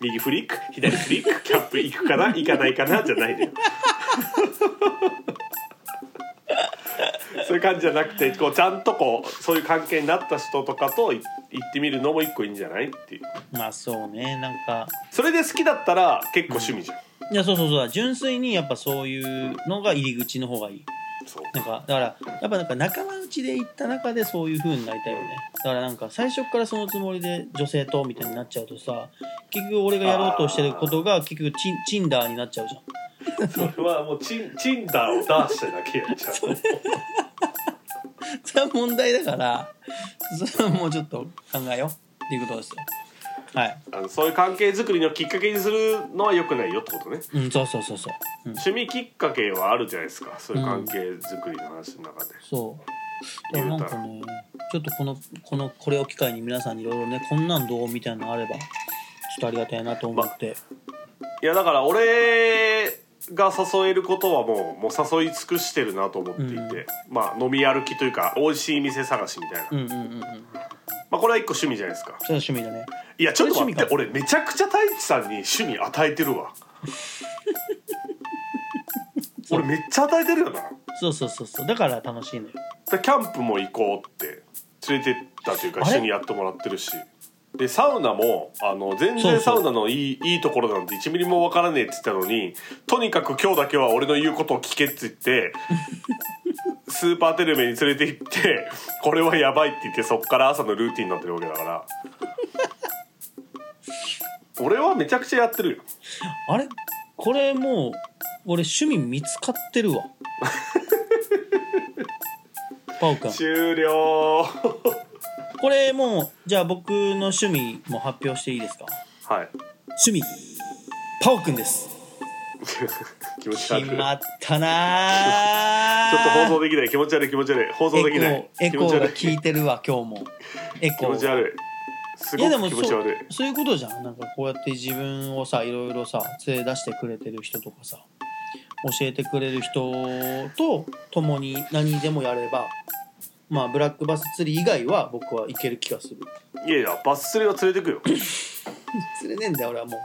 S1: 右フリック左フリックキャンプ行くかな行かないかなじゃないのよ <laughs> そういう感じじゃなくてこうちゃんとこうそういう関係になった人とかとい行ってみるのも一個いいんじゃないっていう
S2: まあそうねなんか
S1: それで好きだったら結構趣味じゃん、
S2: いやそうそうそう純粋にやっぱそういうのが入り口の方がいい
S1: そう
S2: なんかだからやっぱなんか仲間内で行った中でそういう風になりたいよねだからなんか最初からそのつもりで女性とみたいになっちゃうとさ結局俺がやろうとしてることが結局チンチンダーになっちゃうじゃん
S1: それはもうチンチンダーを出しただけやじゃん
S2: <laughs> それは問題だから <laughs> それはもうちょっと考えようっていうことですよはい
S1: あのそういう関係づくりのきっかけにするのは良くないよってことね
S2: うん、そうそうそうそう。うん、
S1: 趣味きっかけはあるじゃないですかそういう関係づくりの話の中で、
S2: そう。でもなんかね、ちょっとこの、この、これを機会に皆さんにいろいろね、こんなんどうみたいなのあれば、ちょっとありがたいなと思って。
S1: いやだから俺が誘えることはもうもう誘い尽くしてるなと思っていて、まあ飲み歩きというか美味しい店探しみたいな、
S2: うんうんうんうん。
S1: まあこれは一個趣味じゃないですか
S2: それは趣味だね。
S1: いやちょっと待って
S2: こ
S1: 俺めちゃくちゃ太一さんに趣味与えてる
S2: <laughs>
S1: わ俺めっちゃ与えてるよなだか
S2: そうそうそうそう。だから楽しいのよ。
S1: らキャンプも行こうって連れてったというか
S2: あれ
S1: 一緒にやってもらってるしでサウナもあの全
S2: そうそ
S1: 然
S2: う
S1: サウナのいいいいところなんて1ミリもわからねえって言ったのにとにかく今日だけは俺の言うことを聞けって言って
S2: <laughs>
S1: スーパーテルメに連れて行ってこれはやばいって言ってそっから朝のルーティンになってるわけだから俺はめちゃくちゃやってるよ
S2: あれこれもう、俺趣味見つかってるわ。パオ君。
S1: 終了
S2: これもう、じゃあ僕の趣味も発表していいですか
S1: はい
S2: 趣味、パオ君です。
S1: 気持ち悪い
S2: 決
S1: ちょ
S2: まったなー
S1: っと放送できない気持ち悪い気持ち悪い放送できない
S2: エ
S1: 気
S2: コ
S1: 持
S2: ーエコ
S1: ち
S2: ーが
S1: 悪い
S2: 効いてるわ今日もエ
S1: 気
S2: コ
S1: 持ち
S2: ー
S1: 悪いすご
S2: で
S1: く気持ち
S2: そう
S1: 悪い
S2: そういうことじゃんなんかこうやって自分をさいろいろさ連れ出してくれてる人とかさ教えてくれる人と共に何でもやればまあブラックバス釣り以外は僕はいける気がする
S1: いやいやバス釣りは連れてくよ
S2: 釣れねえんだよ俺はもう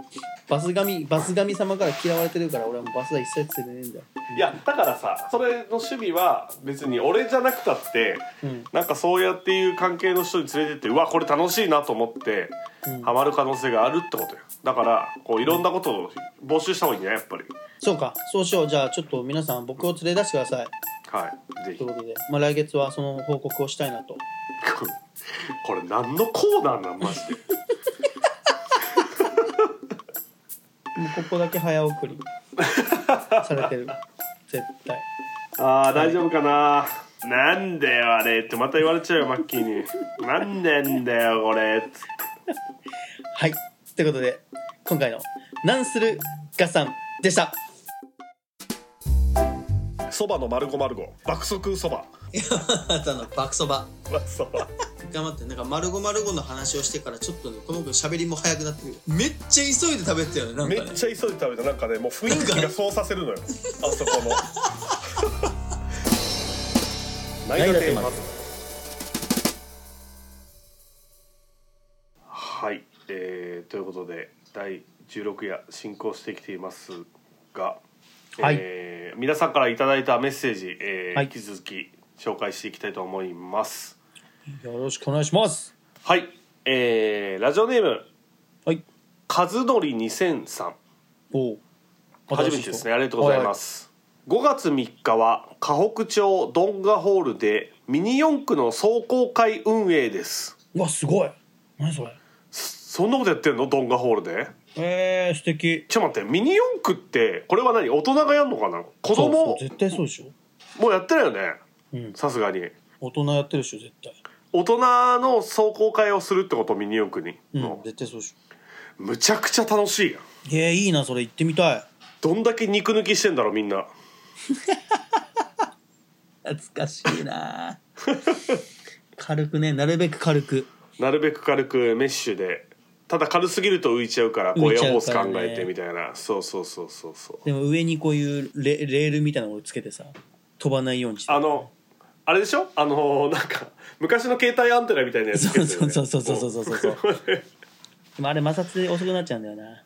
S2: バス神バス神様から嫌われてるから俺はもうバスは一切釣れねえんだよ
S1: いやだからさそれの趣味は別に俺じゃなくたって
S2: うん
S1: なんかそうやっていう関係の人に連れてってうわこれ楽しいなと思って
S2: うん
S1: ハマる可能性があるってことよだからこういろんなことを募集した方がいいんじゃないやっぱり
S2: そうかそうしようじゃあちょっと皆さん僕を連れ出してください
S1: はいぜひ <laughs>
S2: ということで、まあ、来月はその報告をしたいなと
S1: これ何のコーナーなんマジで
S2: もうここだけ早
S1: <laughs>
S2: 送りされてる絶対
S1: あー大丈夫かななんだよあれってまた言われちゃうよマッキーになんなんだよこれって
S2: はいということで今回の「なんする合算」でした
S1: そばの丸子丸子爆速そば
S2: あとあの爆そば
S1: そば
S2: 頑張ってなんか丸ご丸ごの話をしてからちょっとねこの子喋りも早くなってるめっちゃ急いで食べてたよねなん
S1: め
S2: か
S1: っ
S2: ね
S1: ちゃ急いで食べたなんかねもう雰囲気がそうさせるのよ <laughs> あそこの
S3: 内田天満
S1: はい、えー、ということで第16夜進行してきていますが、
S2: はい
S1: えー皆さんからいただいたメッセージ、えー
S2: はい
S1: 引き続き紹介していきたいと思います
S2: よろしくお願いします
S1: はい、えー、ラジオネーム
S2: はい
S1: 和則2003
S2: おう
S1: 初めてですねありがとうございます、5月3日は河北町ドンガホールでミニ四駆の壮行会運営です
S2: うわすごい何それ
S1: そんなことやってんのドンガホールで
S2: えー、素敵
S1: ちょっと待ってミニ四駆ってこれは何大人がやるのかな子
S2: そうそ
S1: 供
S2: う絶対そうでしょ
S1: もうやってないよね
S2: うん
S1: さすがに
S2: 大人やってるでしょ絶対
S1: 大人の壮行会をするってことミニ四駆に、
S2: うん絶対そうでし
S1: むちゃくちゃ楽しいやん
S2: ょえー、いいなそれ行ってみたい
S1: どんだけ肉抜きしてんだろうみんな
S2: 懐かしいな軽くねなるべく軽く
S1: なるべく軽くメッシュでただ軽すぎると浮いちゃうからこう
S2: 浮い
S1: エア
S2: ちゃう
S1: ホース
S2: からね
S1: 考えてみたいなそうそうそうそうそう
S2: でも上にこういうレレールみたいなのをつけてさ飛ばないようにして
S1: あのあれでしょあのーなんか昔の携帯アンテナみたいなやつつけ
S2: そう
S1: てるよ
S2: そう
S1: ね
S2: そうそうそうそうそうそうでもあれ摩擦で遅くなっちゃうんだよな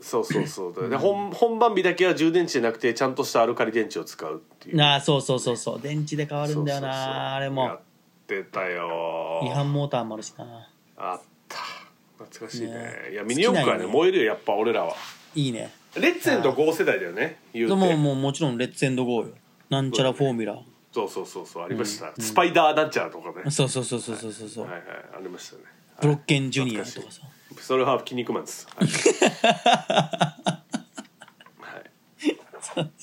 S1: そうそうそう <laughs> で本本番日だけは充電池じゃなくてちゃんとしたアルカリ電池を使うっていう
S2: なあそうそうそうそう電池で変わ
S1: あ
S2: るんだよなあれ
S1: や
S2: も
S1: ってたよ
S2: 違反モーターもあるしな
S1: あった懐かしいね
S2: ね
S1: いやミニ四駆はね
S2: 好きなん
S1: 燃えるよやっぱ俺らはい
S2: いね
S1: レッツェンド5世代だよね言うて
S2: でももうもちろんレッツエンドゴーよなんちゃらフォーミュラ
S1: そうそうそうそうありました、スパイダーなんちゃらとかね、
S2: そうそうそうそうそうそうそう、
S1: はいはいありましたね
S2: ブロッケンジュニアとかさ
S1: それは筋肉マンです、
S2: <laughs>
S1: はいはい、
S2: すい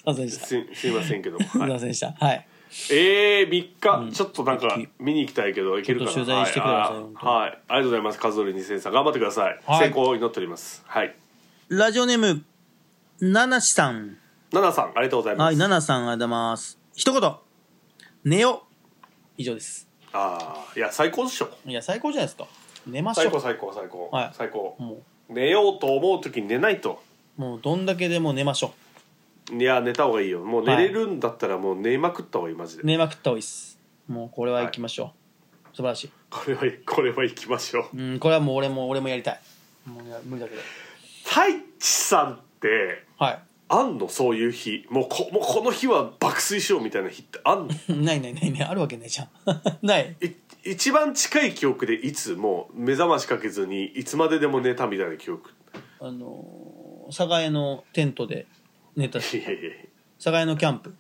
S2: ませんでしたす
S1: すすいませんけども、
S2: い
S1: はい
S2: ませんでしたはい
S1: えー、3日、ちょっとなんか見に行きたいけど行けるかな
S2: ちょっと取材してください
S1: はい
S2: 本当
S1: あはい、ありがとうございますカズオリ2000さん頑張ってください、
S2: はい
S1: 成功を祈っておりますはい
S2: ラジオネームナナシさん
S1: ナナさんありがとうございます、
S2: はいナナさんありがとうございます一言寝よう以上です
S1: ああいや最高でしょ
S2: いや最高じゃないですか寝まし
S1: 最
S2: ょ
S1: 高
S2: う
S1: 最高最高、
S2: はい
S1: 最高
S2: も
S1: 寝ようと思う時に寝ないと
S2: うもうどんだけでも寝ましょ
S1: いや寝た方がいいよもう寝れるんだったらもう寝まくった方がいいマジで、
S2: う寝まくった方がいいっすもうこれは行きましょう、素晴らしい
S1: これはこれは行きましょう
S2: うんこれはもう俺も俺もやりたいもうや無理だけど
S1: 太一さんって
S2: は
S1: あんのそういう日もうこもうこの日は爆睡しようみたいな日ってあ
S2: <laughs>
S1: んの
S2: い <laughs> ないないないないあるわけないじゃん <laughs> ない
S1: い一番近い記憶でいつもう目覚ましかけずにいつまででも寝たみたいな記憶
S2: あのー、栄のテントで寝た
S1: い
S2: し
S1: やいやい
S2: 栄のキャンプ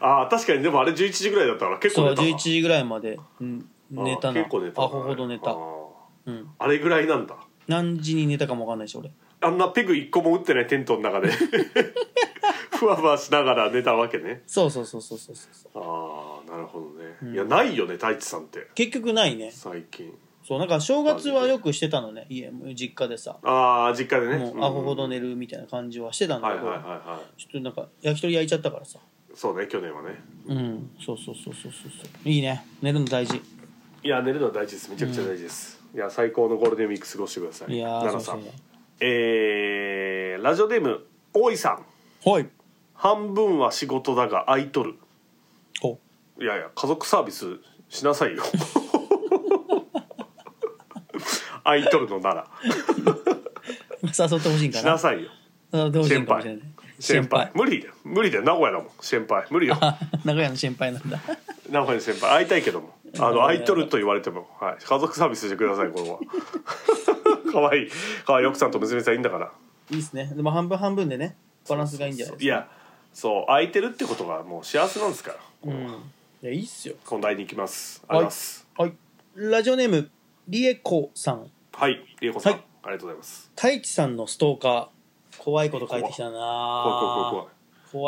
S1: やあー確かにでもあれ11時ぐらいだったから結構
S2: そう
S1: 寝たな
S2: 11時ぐらいまでうん
S1: あー
S2: 寝たな
S1: 結構寝たな
S2: アホほど寝
S1: あ
S2: た
S1: ー
S2: うん
S1: あれぐらいなんだ
S2: 何時に寝たかもわかんないし俺
S1: あんなペグ一個も打ってないテントの
S2: <laughs>
S1: 中でふわふわしながら寝たわけね
S2: そうそうそうそうそうそうそう
S1: ああなるほどね、いやないよね太一さんって
S2: 結局ないね
S1: 最近
S2: そうなんか正月はよくしてたのね家実家でさ
S1: ああ実家でね
S2: もうアホほど
S1: ね、
S2: 寝るみたいな感じはしてたん
S1: うんは
S2: だ
S1: い
S2: け
S1: はい
S2: ど、
S1: はいは
S2: ちょっとなんか焼き鳥焼いちゃったからさ
S1: いそうね去年はね
S2: うんそうそうそうそうそうそういいね寝るの大事
S1: いや寝るのは大事ですめちゃくちゃ大事です、いや最高のゴールデンウィーク過ごしてください
S2: いやー
S1: 奈
S2: そ
S1: 々
S2: う
S1: さ
S2: そ
S1: ん
S2: う
S1: えー、ラジオネーム大井さん
S2: ほい
S1: 半分は仕事だが空いとる
S2: こ
S1: いやいや家族サービスしな
S2: <laughs>
S1: さいよ愛取るのなら
S2: 誘ってほしいんか
S1: し
S2: な
S1: なさいよ
S2: 誘ってほしいんかもしれない
S1: 先
S2: <laughs>
S1: 輩無理だよ無理だよ名古屋だもん先輩無理よ
S2: あ名古屋の先輩なんだ <laughs>
S1: 名古屋の先輩会いたいけどもあの愛取ると言われても、はい、家族サービスしてくださいこれは <laughs> 可愛い可愛い奥さんと娘さんいいんだから
S2: いいですねでも半分半分でねバランスがいいんじゃない
S1: い
S2: ですか
S1: やそう空いてるってことがもう幸せなんですから
S2: うんいやいいっすよ
S1: 本題に行きますあります
S2: はいラジオネームりえこさん
S1: はいりえこさん、
S2: はい
S1: ありがとうございます
S2: 太一さんのストーカー怖いこと書いてきたな
S1: 怖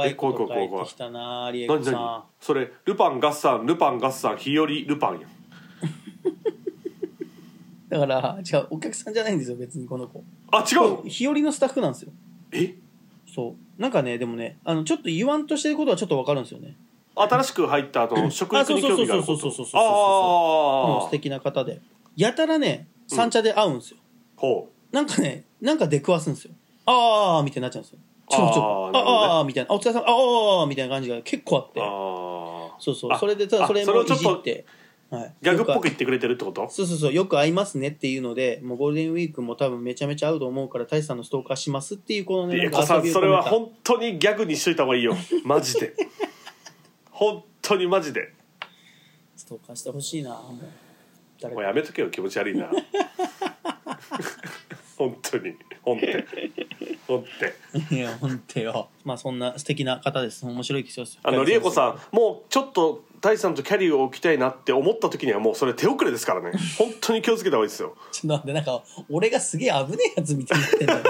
S1: い怖い怖い怖い
S2: 怖い
S1: え怖い怖い怖い
S2: こと書いてきたなりえこ
S1: 何
S2: さん
S1: 何それルパンガッサンルパンガッサン日和ルパンやん
S2: だから違うお客さんじゃないんですよ別にこの子
S1: あ違うの
S2: 日和のスタッフなんですよ
S1: え
S2: そうなんかねでもねあのちょっと言わんとしてることはちょっとわかるんですよね
S1: 新しく入った後の食
S2: あ
S1: 育
S2: そう
S1: に
S2: そう
S1: 興味
S2: そう
S1: がある
S2: そうそう
S1: こ
S2: そう
S1: と
S2: そ
S1: あ
S2: うそううん
S1: あ
S2: 素敵な方でやたらね三茶で会うんですよ、
S1: ほう
S2: なんかねなんか出くわすんですよあーみたいになっちゃうんですよちょちょ
S1: あー
S2: あ
S1: なるほどね
S2: あーみたいなあお疲れ様ああみたいな感じが結構あって
S1: ああ
S2: そうそ
S1: あ
S2: うそれでただ
S1: あ
S2: それ
S1: それ
S2: も
S1: をち
S2: いじ
S1: ょっと
S2: ってはい
S1: ギャグっぽく言ってくれてるってこと
S2: そうそうそう、よく会いますねっていうので、もうゴールデンウィークも多分めちゃめちゃ会うと思うから、大志さんのストーカーしますっていう、このね、
S1: りえ
S2: なん
S1: こ
S2: か
S1: さ
S2: 遊
S1: ん
S2: びを
S1: それは
S2: 込め
S1: 本当にギャグにしといた方がいいよ <laughs> マジで本当にマジで
S2: たストーカーしてほしいな、もう。誰
S1: もう
S2: か
S1: やめとけよ気持ち悪いな <laughs> 本当に本って本って
S2: いや、ほんとよ。まあ、そんな素敵な方です。面白い気象ですよ。
S1: あのりえこ
S2: ん。
S1: さんもうちょっと大地さんとキャリーを置きたいなって思った時にはもうそれ手遅れですからね本当に気をつけた方がいいですよ
S2: ちょっと待って、なんか、俺がすげえ危ねえやつみたいになってんだよ。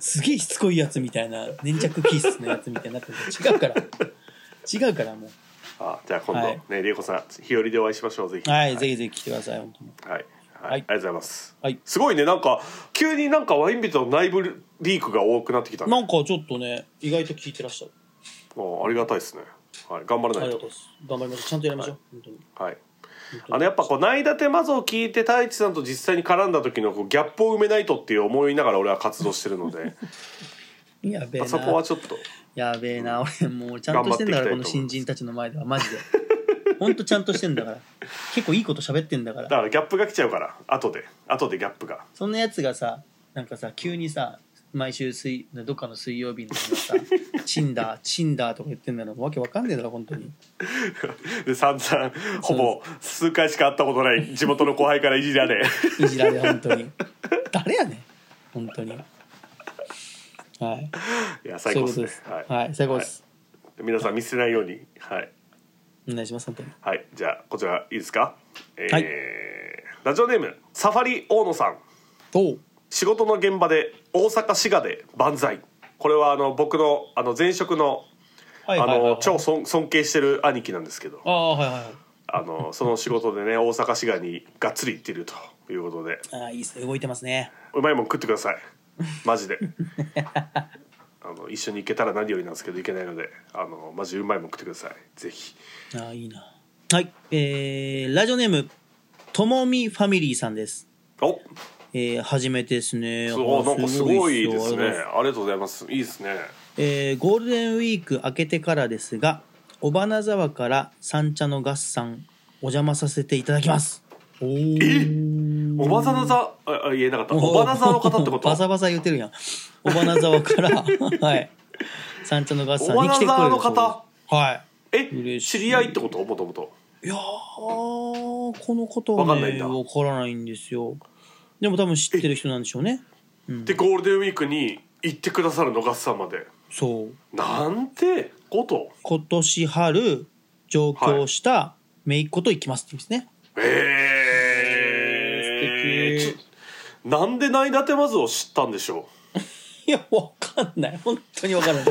S2: すげえしつこいやつみたいな、粘着気質のやつみたいになってる違うから。違うから、もう。
S1: あじゃあ今度
S2: は
S1: ね
S2: い
S1: りえこさん日和でお会いしましょうぜひ
S2: はい、ぜひぜひ来てください、本当に。
S1: はい、はい
S2: は
S1: あ
S2: い
S1: りがとうございます、
S2: はい
S1: すごいねなんか急になんかワインビートの内部リークが多くなってきたね
S2: なんかちょっとね、意外と聞いてらっしゃる。
S1: もうありがたいですね、はい、頑張ら
S2: あ
S1: ない
S2: り
S1: と
S2: がとうございます。頑張りましょう。ちゃんとやりましょう。本当に。
S1: はい、あのやっぱこう内立てまずを聞いて太一さんと実際に絡んだ時のこうギャップを埋めないとっていう思いながら俺は活動してるの
S2: <laughs>
S1: で
S2: やべえな
S1: そこはちょっと
S2: やべえな俺もうちゃんとしてんだ
S1: 頑張っていきた
S2: からこの
S1: いと思います
S2: 新人たちの前ではマジでほんとちゃんとしてんだから結構いいこと喋ってんだか
S1: だ
S2: ら
S1: からギャップが来ちゃうから後で後でギャップが <laughs>
S2: そんなやつがさなんかさ急にさ毎週水どっかの水曜日
S1: <laughs>
S2: のさチンダーチンダーとか言ってんだらわけわかんねえだろ本当に
S1: で散々ほぼ数回しか会ったことない地元の後輩からいじら
S2: <laughs>
S1: れ
S2: いじられ本当に誰やねん本当にはい
S1: いや
S2: そう
S1: 最
S2: いう
S1: 高で
S2: こと
S1: す
S2: で
S1: ね
S2: す
S1: は
S2: はいい、、最高です、
S1: 皆さん見せないようにはい、
S2: お願いします本当に
S1: はい、じゃあこちらいいですか、えー
S2: はい
S1: ラジオネームサファリ大野さん
S2: おう
S1: 仕事の現場で大阪滋賀で万歳これはあの僕のあの前職の
S2: はい
S1: あ
S2: はいはい、は
S1: の
S2: い、
S1: 超尊尊敬してる兄貴なんですけど
S2: ああはいはいはい
S1: あのその仕事でね大阪滋賀にがっつり行ってるということで
S2: ああいいっすね動いてますね
S1: うまいもん食ってくださいマ
S2: <laughs>
S1: ジであの一緒に行けたら何よりなんですけど行けないのであのマジうまいもん食ってくださいぜひ
S2: ああいいなはいえー、ラジオネームともみファミリーさんです
S1: お
S2: えー、初めてですね
S1: すごいなんかすごい
S2: っ
S1: ですす
S2: よ
S1: ねありがとうございますいいですね
S2: えー、ゴールデンウィーク明けてからですが尾花沢から三茶の合算お邪魔させていただきますおー
S1: おばざなざああ言えなかった
S2: おー
S1: おばなざの方ってこと
S2: バサバサ言ってるやん尾花沢から
S1: <laughs>
S2: はい三茶の合算に来てくれる
S1: 尾花沢の方
S2: そうですはい
S1: え
S2: 嬉しい
S1: 知り合いってこともともと
S2: いやーこのこと
S1: わ
S2: は
S1: かんないん
S2: ね
S1: だ
S2: わからないんですよでも多分知ってる人なんでしょうね
S1: でゴールデンウィークに行ってくださるの合算まで
S2: そう
S1: なんてこと
S2: 今年春上京しためいっ子と行きますって言うんですね、
S1: ええ
S2: 素敵
S1: ちなんで内立てまずを知ったんでしょ
S2: い、やわかんない本当にわからない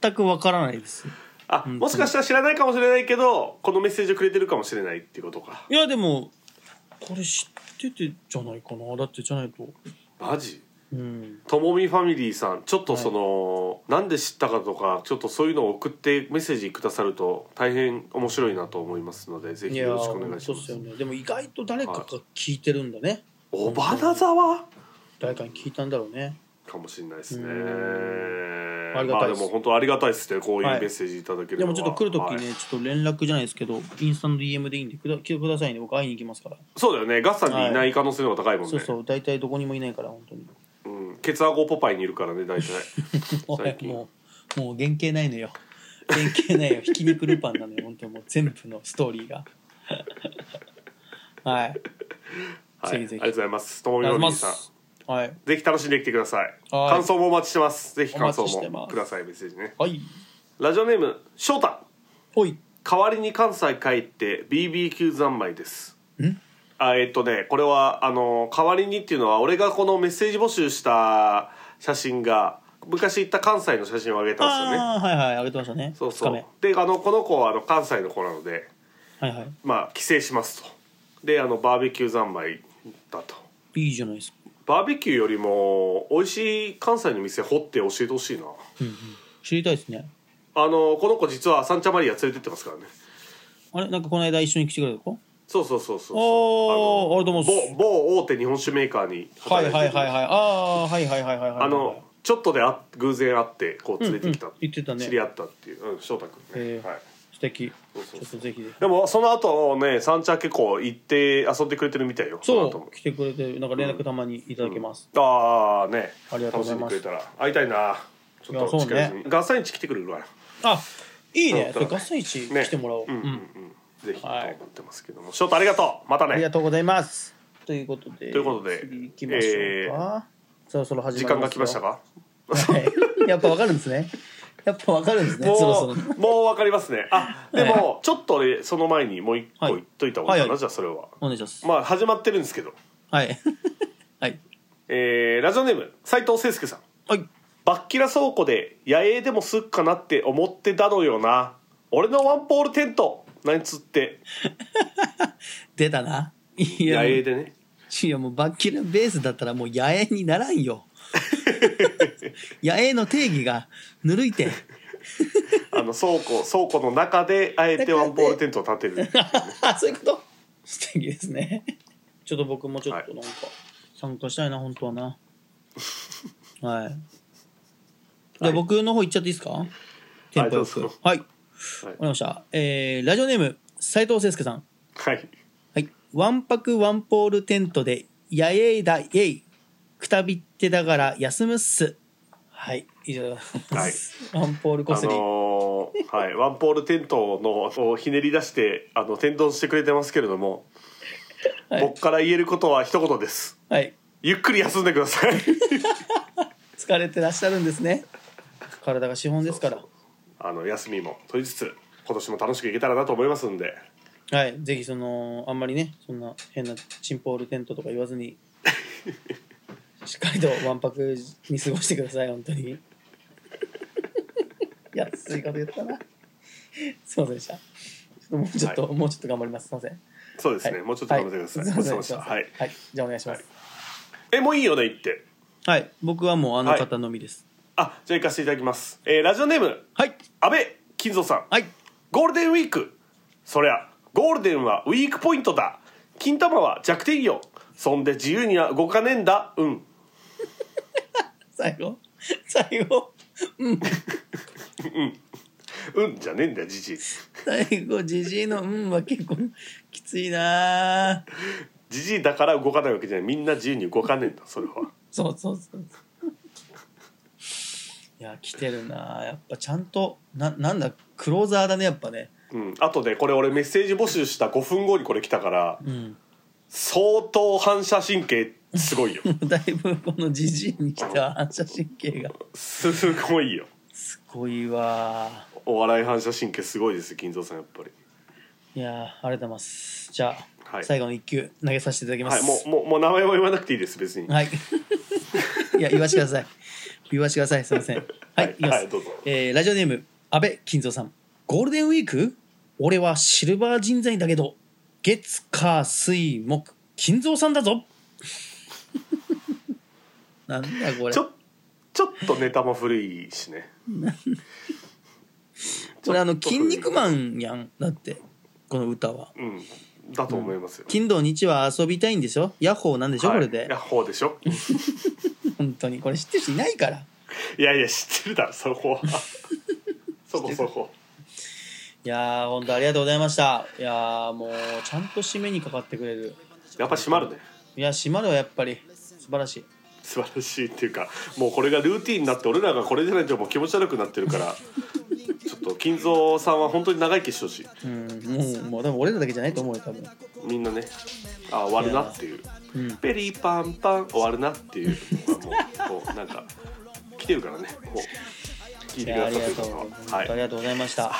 S2: 全くわからないです
S1: うあもしかしたら知らないかもしれないけどこのメッセージをくれてるかもしれないっていうことか
S2: いやでもこれ知っててじゃないかなだってじゃないと
S1: マジ
S2: うん
S1: ともみファミリーさんちょっとその、なんで知ったかとかちょっとそういうのを送ってメッセージくださると大変面白いなと思いますのでぜひ
S2: いや
S1: よろしくお願いし
S2: そう
S1: ま
S2: っす
S1: す
S2: よねでも意外と誰かが聞いてるんだね、
S1: 小花沢
S2: 誰かに聞いたんだろうね
S1: かもしれないですね
S2: ありが
S1: ま
S2: た
S1: あ
S2: い
S1: で
S2: です
S1: も本当ありがたいですねこういう
S2: は
S1: メ
S2: い
S1: ッセージいただける
S2: で
S1: のは
S2: もちょっと来る時
S1: は
S2: ね
S1: い
S2: ちょっと連絡じゃないですけどインスタの DM でいいんでくだ来てくださいね僕会いに行きますから
S1: そうだよねガッサンにいない可能性の方が高いもんね、
S2: そうそう大体どこにもいないから本当に
S1: うん、ケツアゴポパイにいるからね大
S2: <laughs>
S1: 体最近
S2: もうもう原型ないのよ原型ないよ <laughs> ひき肉ルパンなのよ本当もう全部のストーリーが <laughs> はい
S1: はい
S2: ぜひぜ
S1: あ
S2: ひ
S1: りがとうございますともみのお兄さん
S2: はい
S1: ぜひ楽しんできてください
S2: はい
S1: 感想もお待ちしてますぜひ感想
S2: お待ちして
S1: も
S2: ます
S1: くださいメッセージね
S2: はい
S1: ラジオネーム翔太
S2: ほい
S1: 代わりに関西帰って BBQ 三昧です
S2: ん
S1: あえっとねこれはあの代わりにっていうのは俺がこのメッセージ募集した写真が昔行った関西の写真をあげたんですよね
S2: ああはいはいあげてましたね
S1: そう
S2: 二
S1: そ
S2: 日
S1: うであのこの子はあの関西の子なので
S2: 目はいはい
S1: まあ帰省しますとであのバーベキュー三昧だと
S2: いいじゃないですか
S1: バーベキューよりも美味しい関西の店掘って教えてほしいな
S2: 知りたいですね
S1: あのこの子実はサンチャマリア連れてってますからね
S2: あれなんかこの間一緒に来てくれた子
S1: そうそうそうそう
S2: おー
S1: の
S2: ありがとうございま
S1: 某
S2: す
S1: 某大手日本酒メーカーに
S2: はい
S1: 働いて
S2: はいはいはい
S1: い
S2: ああーはいはいはいはいはい
S1: あのちょっとであ偶然会ってこう連れてきた、
S2: うんうん言ってたね
S1: 知り合ったっていう、うん、翔太君ね、
S2: へー
S1: はい、
S2: 素敵
S1: そうそう
S2: ちょっとぜひぜひ
S1: でもその後ねサンチャ結構行って遊んでくれてるみたいよの後
S2: そ
S1: も
S2: う来てくれてなんか連絡たまにいただけます、
S1: ああね
S2: ありがとうございます
S1: 楽しんでくれたら会いたいなちょっと
S2: いやそう
S1: 近
S2: ね
S1: いに、ガッサン市来てくれるわ
S2: あいいね
S1: そ
S2: そ
S1: うだね
S2: れ合戦市
S1: ね
S2: 来てもらおう、
S1: うんうんう
S2: うん
S1: んぜひと
S2: はい
S1: 思ってますけども翔太ありがとうまた
S2: あり
S1: ね
S2: がとうございます。ということで、
S1: ということで
S2: 次行きましょうか。そろそろ始
S1: 時
S2: ま
S1: 間
S2: りま
S1: が
S2: す
S1: 来
S2: よ
S1: ましたか
S2: はいやっぱわかるんです
S1: <laughs>
S2: ね。やっぱわかるんですね。
S1: もう
S2: そろそろ。
S1: もうわかりますねあで
S2: <laughs>
S1: もちょっと俺その前にもう一個
S2: はい
S1: 言っといた方がいいか
S2: はいは
S1: ないじゃあそれは
S2: お願いします。
S1: まあ始まってるんですけど
S2: はい。 <laughs> はい。
S1: えーラジオネーム斉藤誠介さん
S2: はい。
S1: バッキラ倉庫で野営でもすっかなって思ってたのよな俺のワンポールテント何つって
S2: 出たな。いや、
S1: 野営
S2: い
S1: でね
S2: やもうバッキラベースだったらもう野営にならん
S1: <laughs>
S2: よ。野営の定義がぬるいて。
S1: あの倉
S2: <laughs>
S1: 庫倉庫の中であえてワンポールテントを建てる
S2: あ、そういうこと素敵ですね。ちょっと僕もちょっとなんか参加したいな、本当はな。はい。じゃあ僕の方行っちゃっていいですかテンポよく。
S1: どう
S2: はい
S1: ぞ。
S2: わかりました。えー、ラジオネーム、斉藤誠介さん。
S1: はい
S2: はい。ワンパクワンポールテントで、やえいだイえい。くたびってだから休むっす。はい。以上でございます。 <laughs> ワンポールこ
S1: あ
S2: すり。
S1: のーはい、ワンポールテントのをひねり出してあの天丼してくれてますけれども、
S2: はい
S1: 僕から言えることは一言です
S2: はい。
S1: ゆっくり休んでください <laughs>
S2: 疲れてらっしゃるんですね。体が資本ですから。
S1: あの休みも取りつつ今年も楽しくいけたらなと思いますんで
S2: はい、ぜひそのあんまりねそんな変なチンポールテントとか言わ
S1: <laughs>
S2: ずにしっかりとわんぱくに過ごしてください本当に <laughs> 安いこと言ったなすいませんでしたちょっともうちょっと、もうちょっと頑張りますすいませんで
S1: そうですね、もうちょっと頑張ってください、
S2: はい、
S1: ご
S2: す
S1: ち
S2: い
S1: そう
S2: ませ
S1: さまでした
S2: ん
S1: はい、
S2: はい、じゃあお願いします
S1: えもういいよね言って
S2: はい、僕はもうあの方のみです
S1: あじゃあ行かせていただきます、えーラジオネーム
S2: はい
S1: 安倍金蔵さん
S2: はい
S1: ゴールデンウィークそりゃゴールデンはウィークポイントだ金玉は弱点よそんで自由には動かねえんだうん
S2: 最後最後 <laughs>
S1: うんじゃねえんだよじじい
S2: 最後じじいの「うん」は結構きついなあ
S1: じじいだから動かないわけじゃないみんな自由に動かねえんだそれは
S2: そうそうそう。いや、来てるなあ。やっぱちゃんと、な、なんだ、クローザーだね、やっぱね。 <laughs>
S1: うんあとねこれ俺メッセージ募集した5分後にこれ来たから
S2: うん。
S1: 相当反射神経すごいよ
S2: だいぶこのじじいに来た反射神経が。
S1: すごいよ
S2: すごいわ。
S1: お笑い反射神経すごいですよ金蔵さんやっぱり
S2: いやあ、ありがとうございます。じゃあ、
S1: はい
S2: 最後の一球投げさせていただきま
S1: はい
S2: す。
S1: もうもうもう名前は言わなくていいです別に
S2: はい。いや、言わしてください。言わしてください。すいません。はい、いきます。
S1: はいどうぞ
S2: えーラジオネーム、安倍金蔵さん。ゴールデンウィーク俺はシルバー人材だけど、月、火、水、木、金蔵さんだぞ <laughs> なんだこれ。
S1: ちょちょっとネタも古いし
S2: <laughs>
S1: ね
S2: これあ
S1: ち
S2: の、
S1: ょっと
S2: 筋肉マンやん。だって、この歌は。
S1: うんだと思いますよ、
S2: 金土日は遊びたいんでしょヤッホーなんでしょ、
S1: はい
S2: <laughs> これで
S1: ヤッ。ホーでしょ
S2: 本本当にこれ知ってる人いないから
S1: いやいや知ってるだろそ
S2: <laughs>
S1: こはそこそこ
S2: いやー本当ありがとうございましたいやーもうちゃんと締めにかかってくれる
S1: やっぱ閉まるね
S2: いや締まるわやっぱり素晴らしい
S1: 素晴らしいっていうかもうこれがルーティンになって俺らがこれじゃないともう気持ち悪くなってるからちょっと金蔵さんは本当に長生きしてほしい
S2: うんもうもうでも俺らだけじゃないと思うよ多分
S1: みんなねあ終わるなっていう
S2: うん
S1: ペリーパンパン終わるなっていうのがもうこうなんか来てるからねこう聞い
S2: い
S1: てくだ
S2: やあ
S1: さっ
S2: りが
S1: てる
S2: とう、
S1: 方は
S2: 本当
S1: はい
S2: ありがとうございました、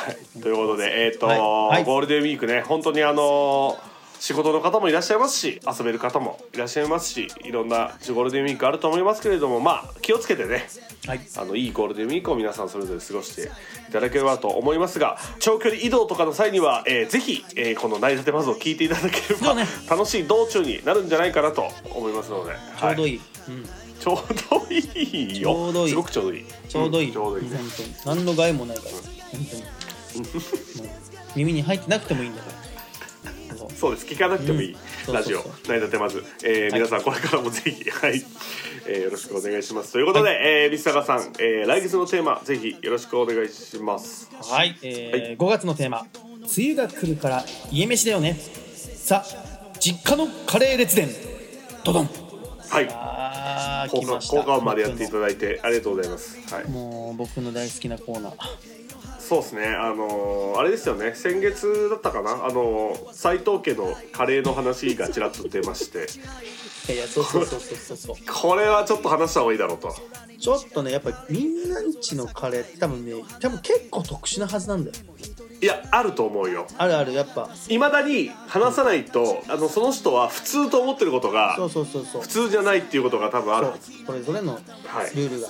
S1: ということで、えっと
S2: はいはい
S1: ゴールデンウィークね本当にあのー仕事の方もいらっしゃいますし遊べる方もいらっしゃいますしいろんなゴールデンウィークあると思いますけれどもまあ気をつけてね
S2: はい
S1: あのいいゴールデンウィークを皆さんそれぞれ過ごしていただければと思いますが長距離移動とかの際には、えーぜひ、えーこの「成り立てまず」を聞いていただけれ
S2: そ
S1: ば、
S2: うね
S1: 楽しい道中になるんじゃないかなと思いますので
S2: ちょうど
S1: い、
S2: いい、うん、
S1: ちょうどいいよ
S2: ちょうどいい
S1: すごくちょうどいい
S2: ちょうどいい,、
S1: んちょうどいいね
S2: 本当に何の害もないから本
S1: <laughs>
S2: 当にもう耳に入ってなくてもいいんだからそう
S1: そうです聞かなくてもいい、
S2: うん
S1: ラジオ
S2: そう
S1: 成
S2: そう
S1: り立てまず、えー皆さんこれからもぜひ、はいえーよろしくお願いしますということで、えー、三坂さん、えー来月のテーマぜひよろしくお願いします
S2: はい、えー5月のテーマ「梅雨が来るから家飯だよね」さあ実家のカレー列伝ドドン
S1: はい
S2: あー
S1: 効
S2: 来
S1: 果
S2: ました
S1: 効果音までやっていただいてありがとうございます、はい、
S2: もう僕の大好きなコーナー
S1: そうですねあのーあれですよね先月だったかなあのー斉藤家のカレーの話がちらっと出まして
S2: いやいやそうそうそうそうそうそう
S1: これはちょっと話した方がいいだろうと
S2: ちょっとねやっぱりみんなんちのカレーって多分ね多分結構特殊なはずなんだよ
S1: いやあると思うよ
S2: あるあるやっぱ
S1: いまだに話さないとあのその人は普通と思ってることが
S2: そうそうそうそう
S1: 普通じゃないっていうことが多分ある
S2: そ
S1: は
S2: う
S1: ず
S2: それぞれの
S1: はい
S2: ルールが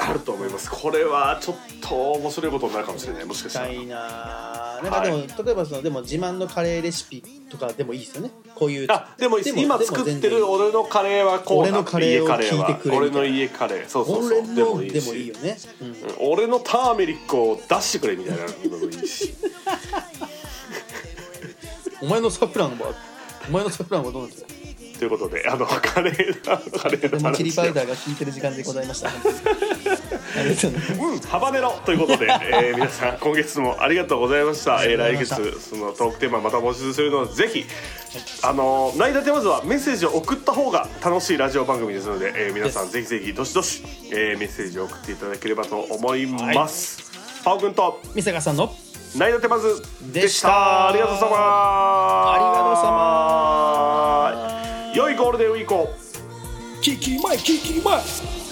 S1: あると思いますこれはちょっと面白いことになるかもしれないもしかした
S2: た
S1: ら
S2: いななんかでも、
S1: は
S2: 例えばそのでも自慢のカレーレシピとかでもいいですよねこういう
S1: あでもいいです今作
S2: 全
S1: って
S2: 然いい
S1: る俺のカレーはこうだ
S2: 俺のカレーを聞いてくれ
S1: 俺
S2: みたいな
S1: の家カレーそうそうそ
S2: 俺
S1: う
S2: のでも
S1: し
S2: いいよね、うん
S1: うん俺のターメリックを出してくれみたいなのもいいし
S2: お前のサフランはお前のサフランはどうなってる
S1: ということであのカレーのカレー
S2: で
S1: の
S2: もチリ
S1: 話
S2: パウ
S1: を
S2: ダーが効いてる時間でございましたありがとうございます
S1: うん、ハバネロという
S2: <laughs>
S1: ことで、えー皆さん今月もありがとうございました、えー
S2: あ
S1: 来
S2: りがとうござい
S1: 月そのトークテーマまた募集するのでぜひあのー「ナイダテまず」はメッセージを送った方が楽しいラジオ番組ですので、えー皆さん
S2: です
S1: ぜひぜひどしどし、えーメッセージを送っていただければと思います、パオくんと
S2: 三坂さんの
S1: 「ナイダテまず」で
S2: で
S1: し
S2: したた
S1: ありがとうさま
S2: ありがとうさま
S1: 良いゴールデンウィークを
S2: キキマイキキマイ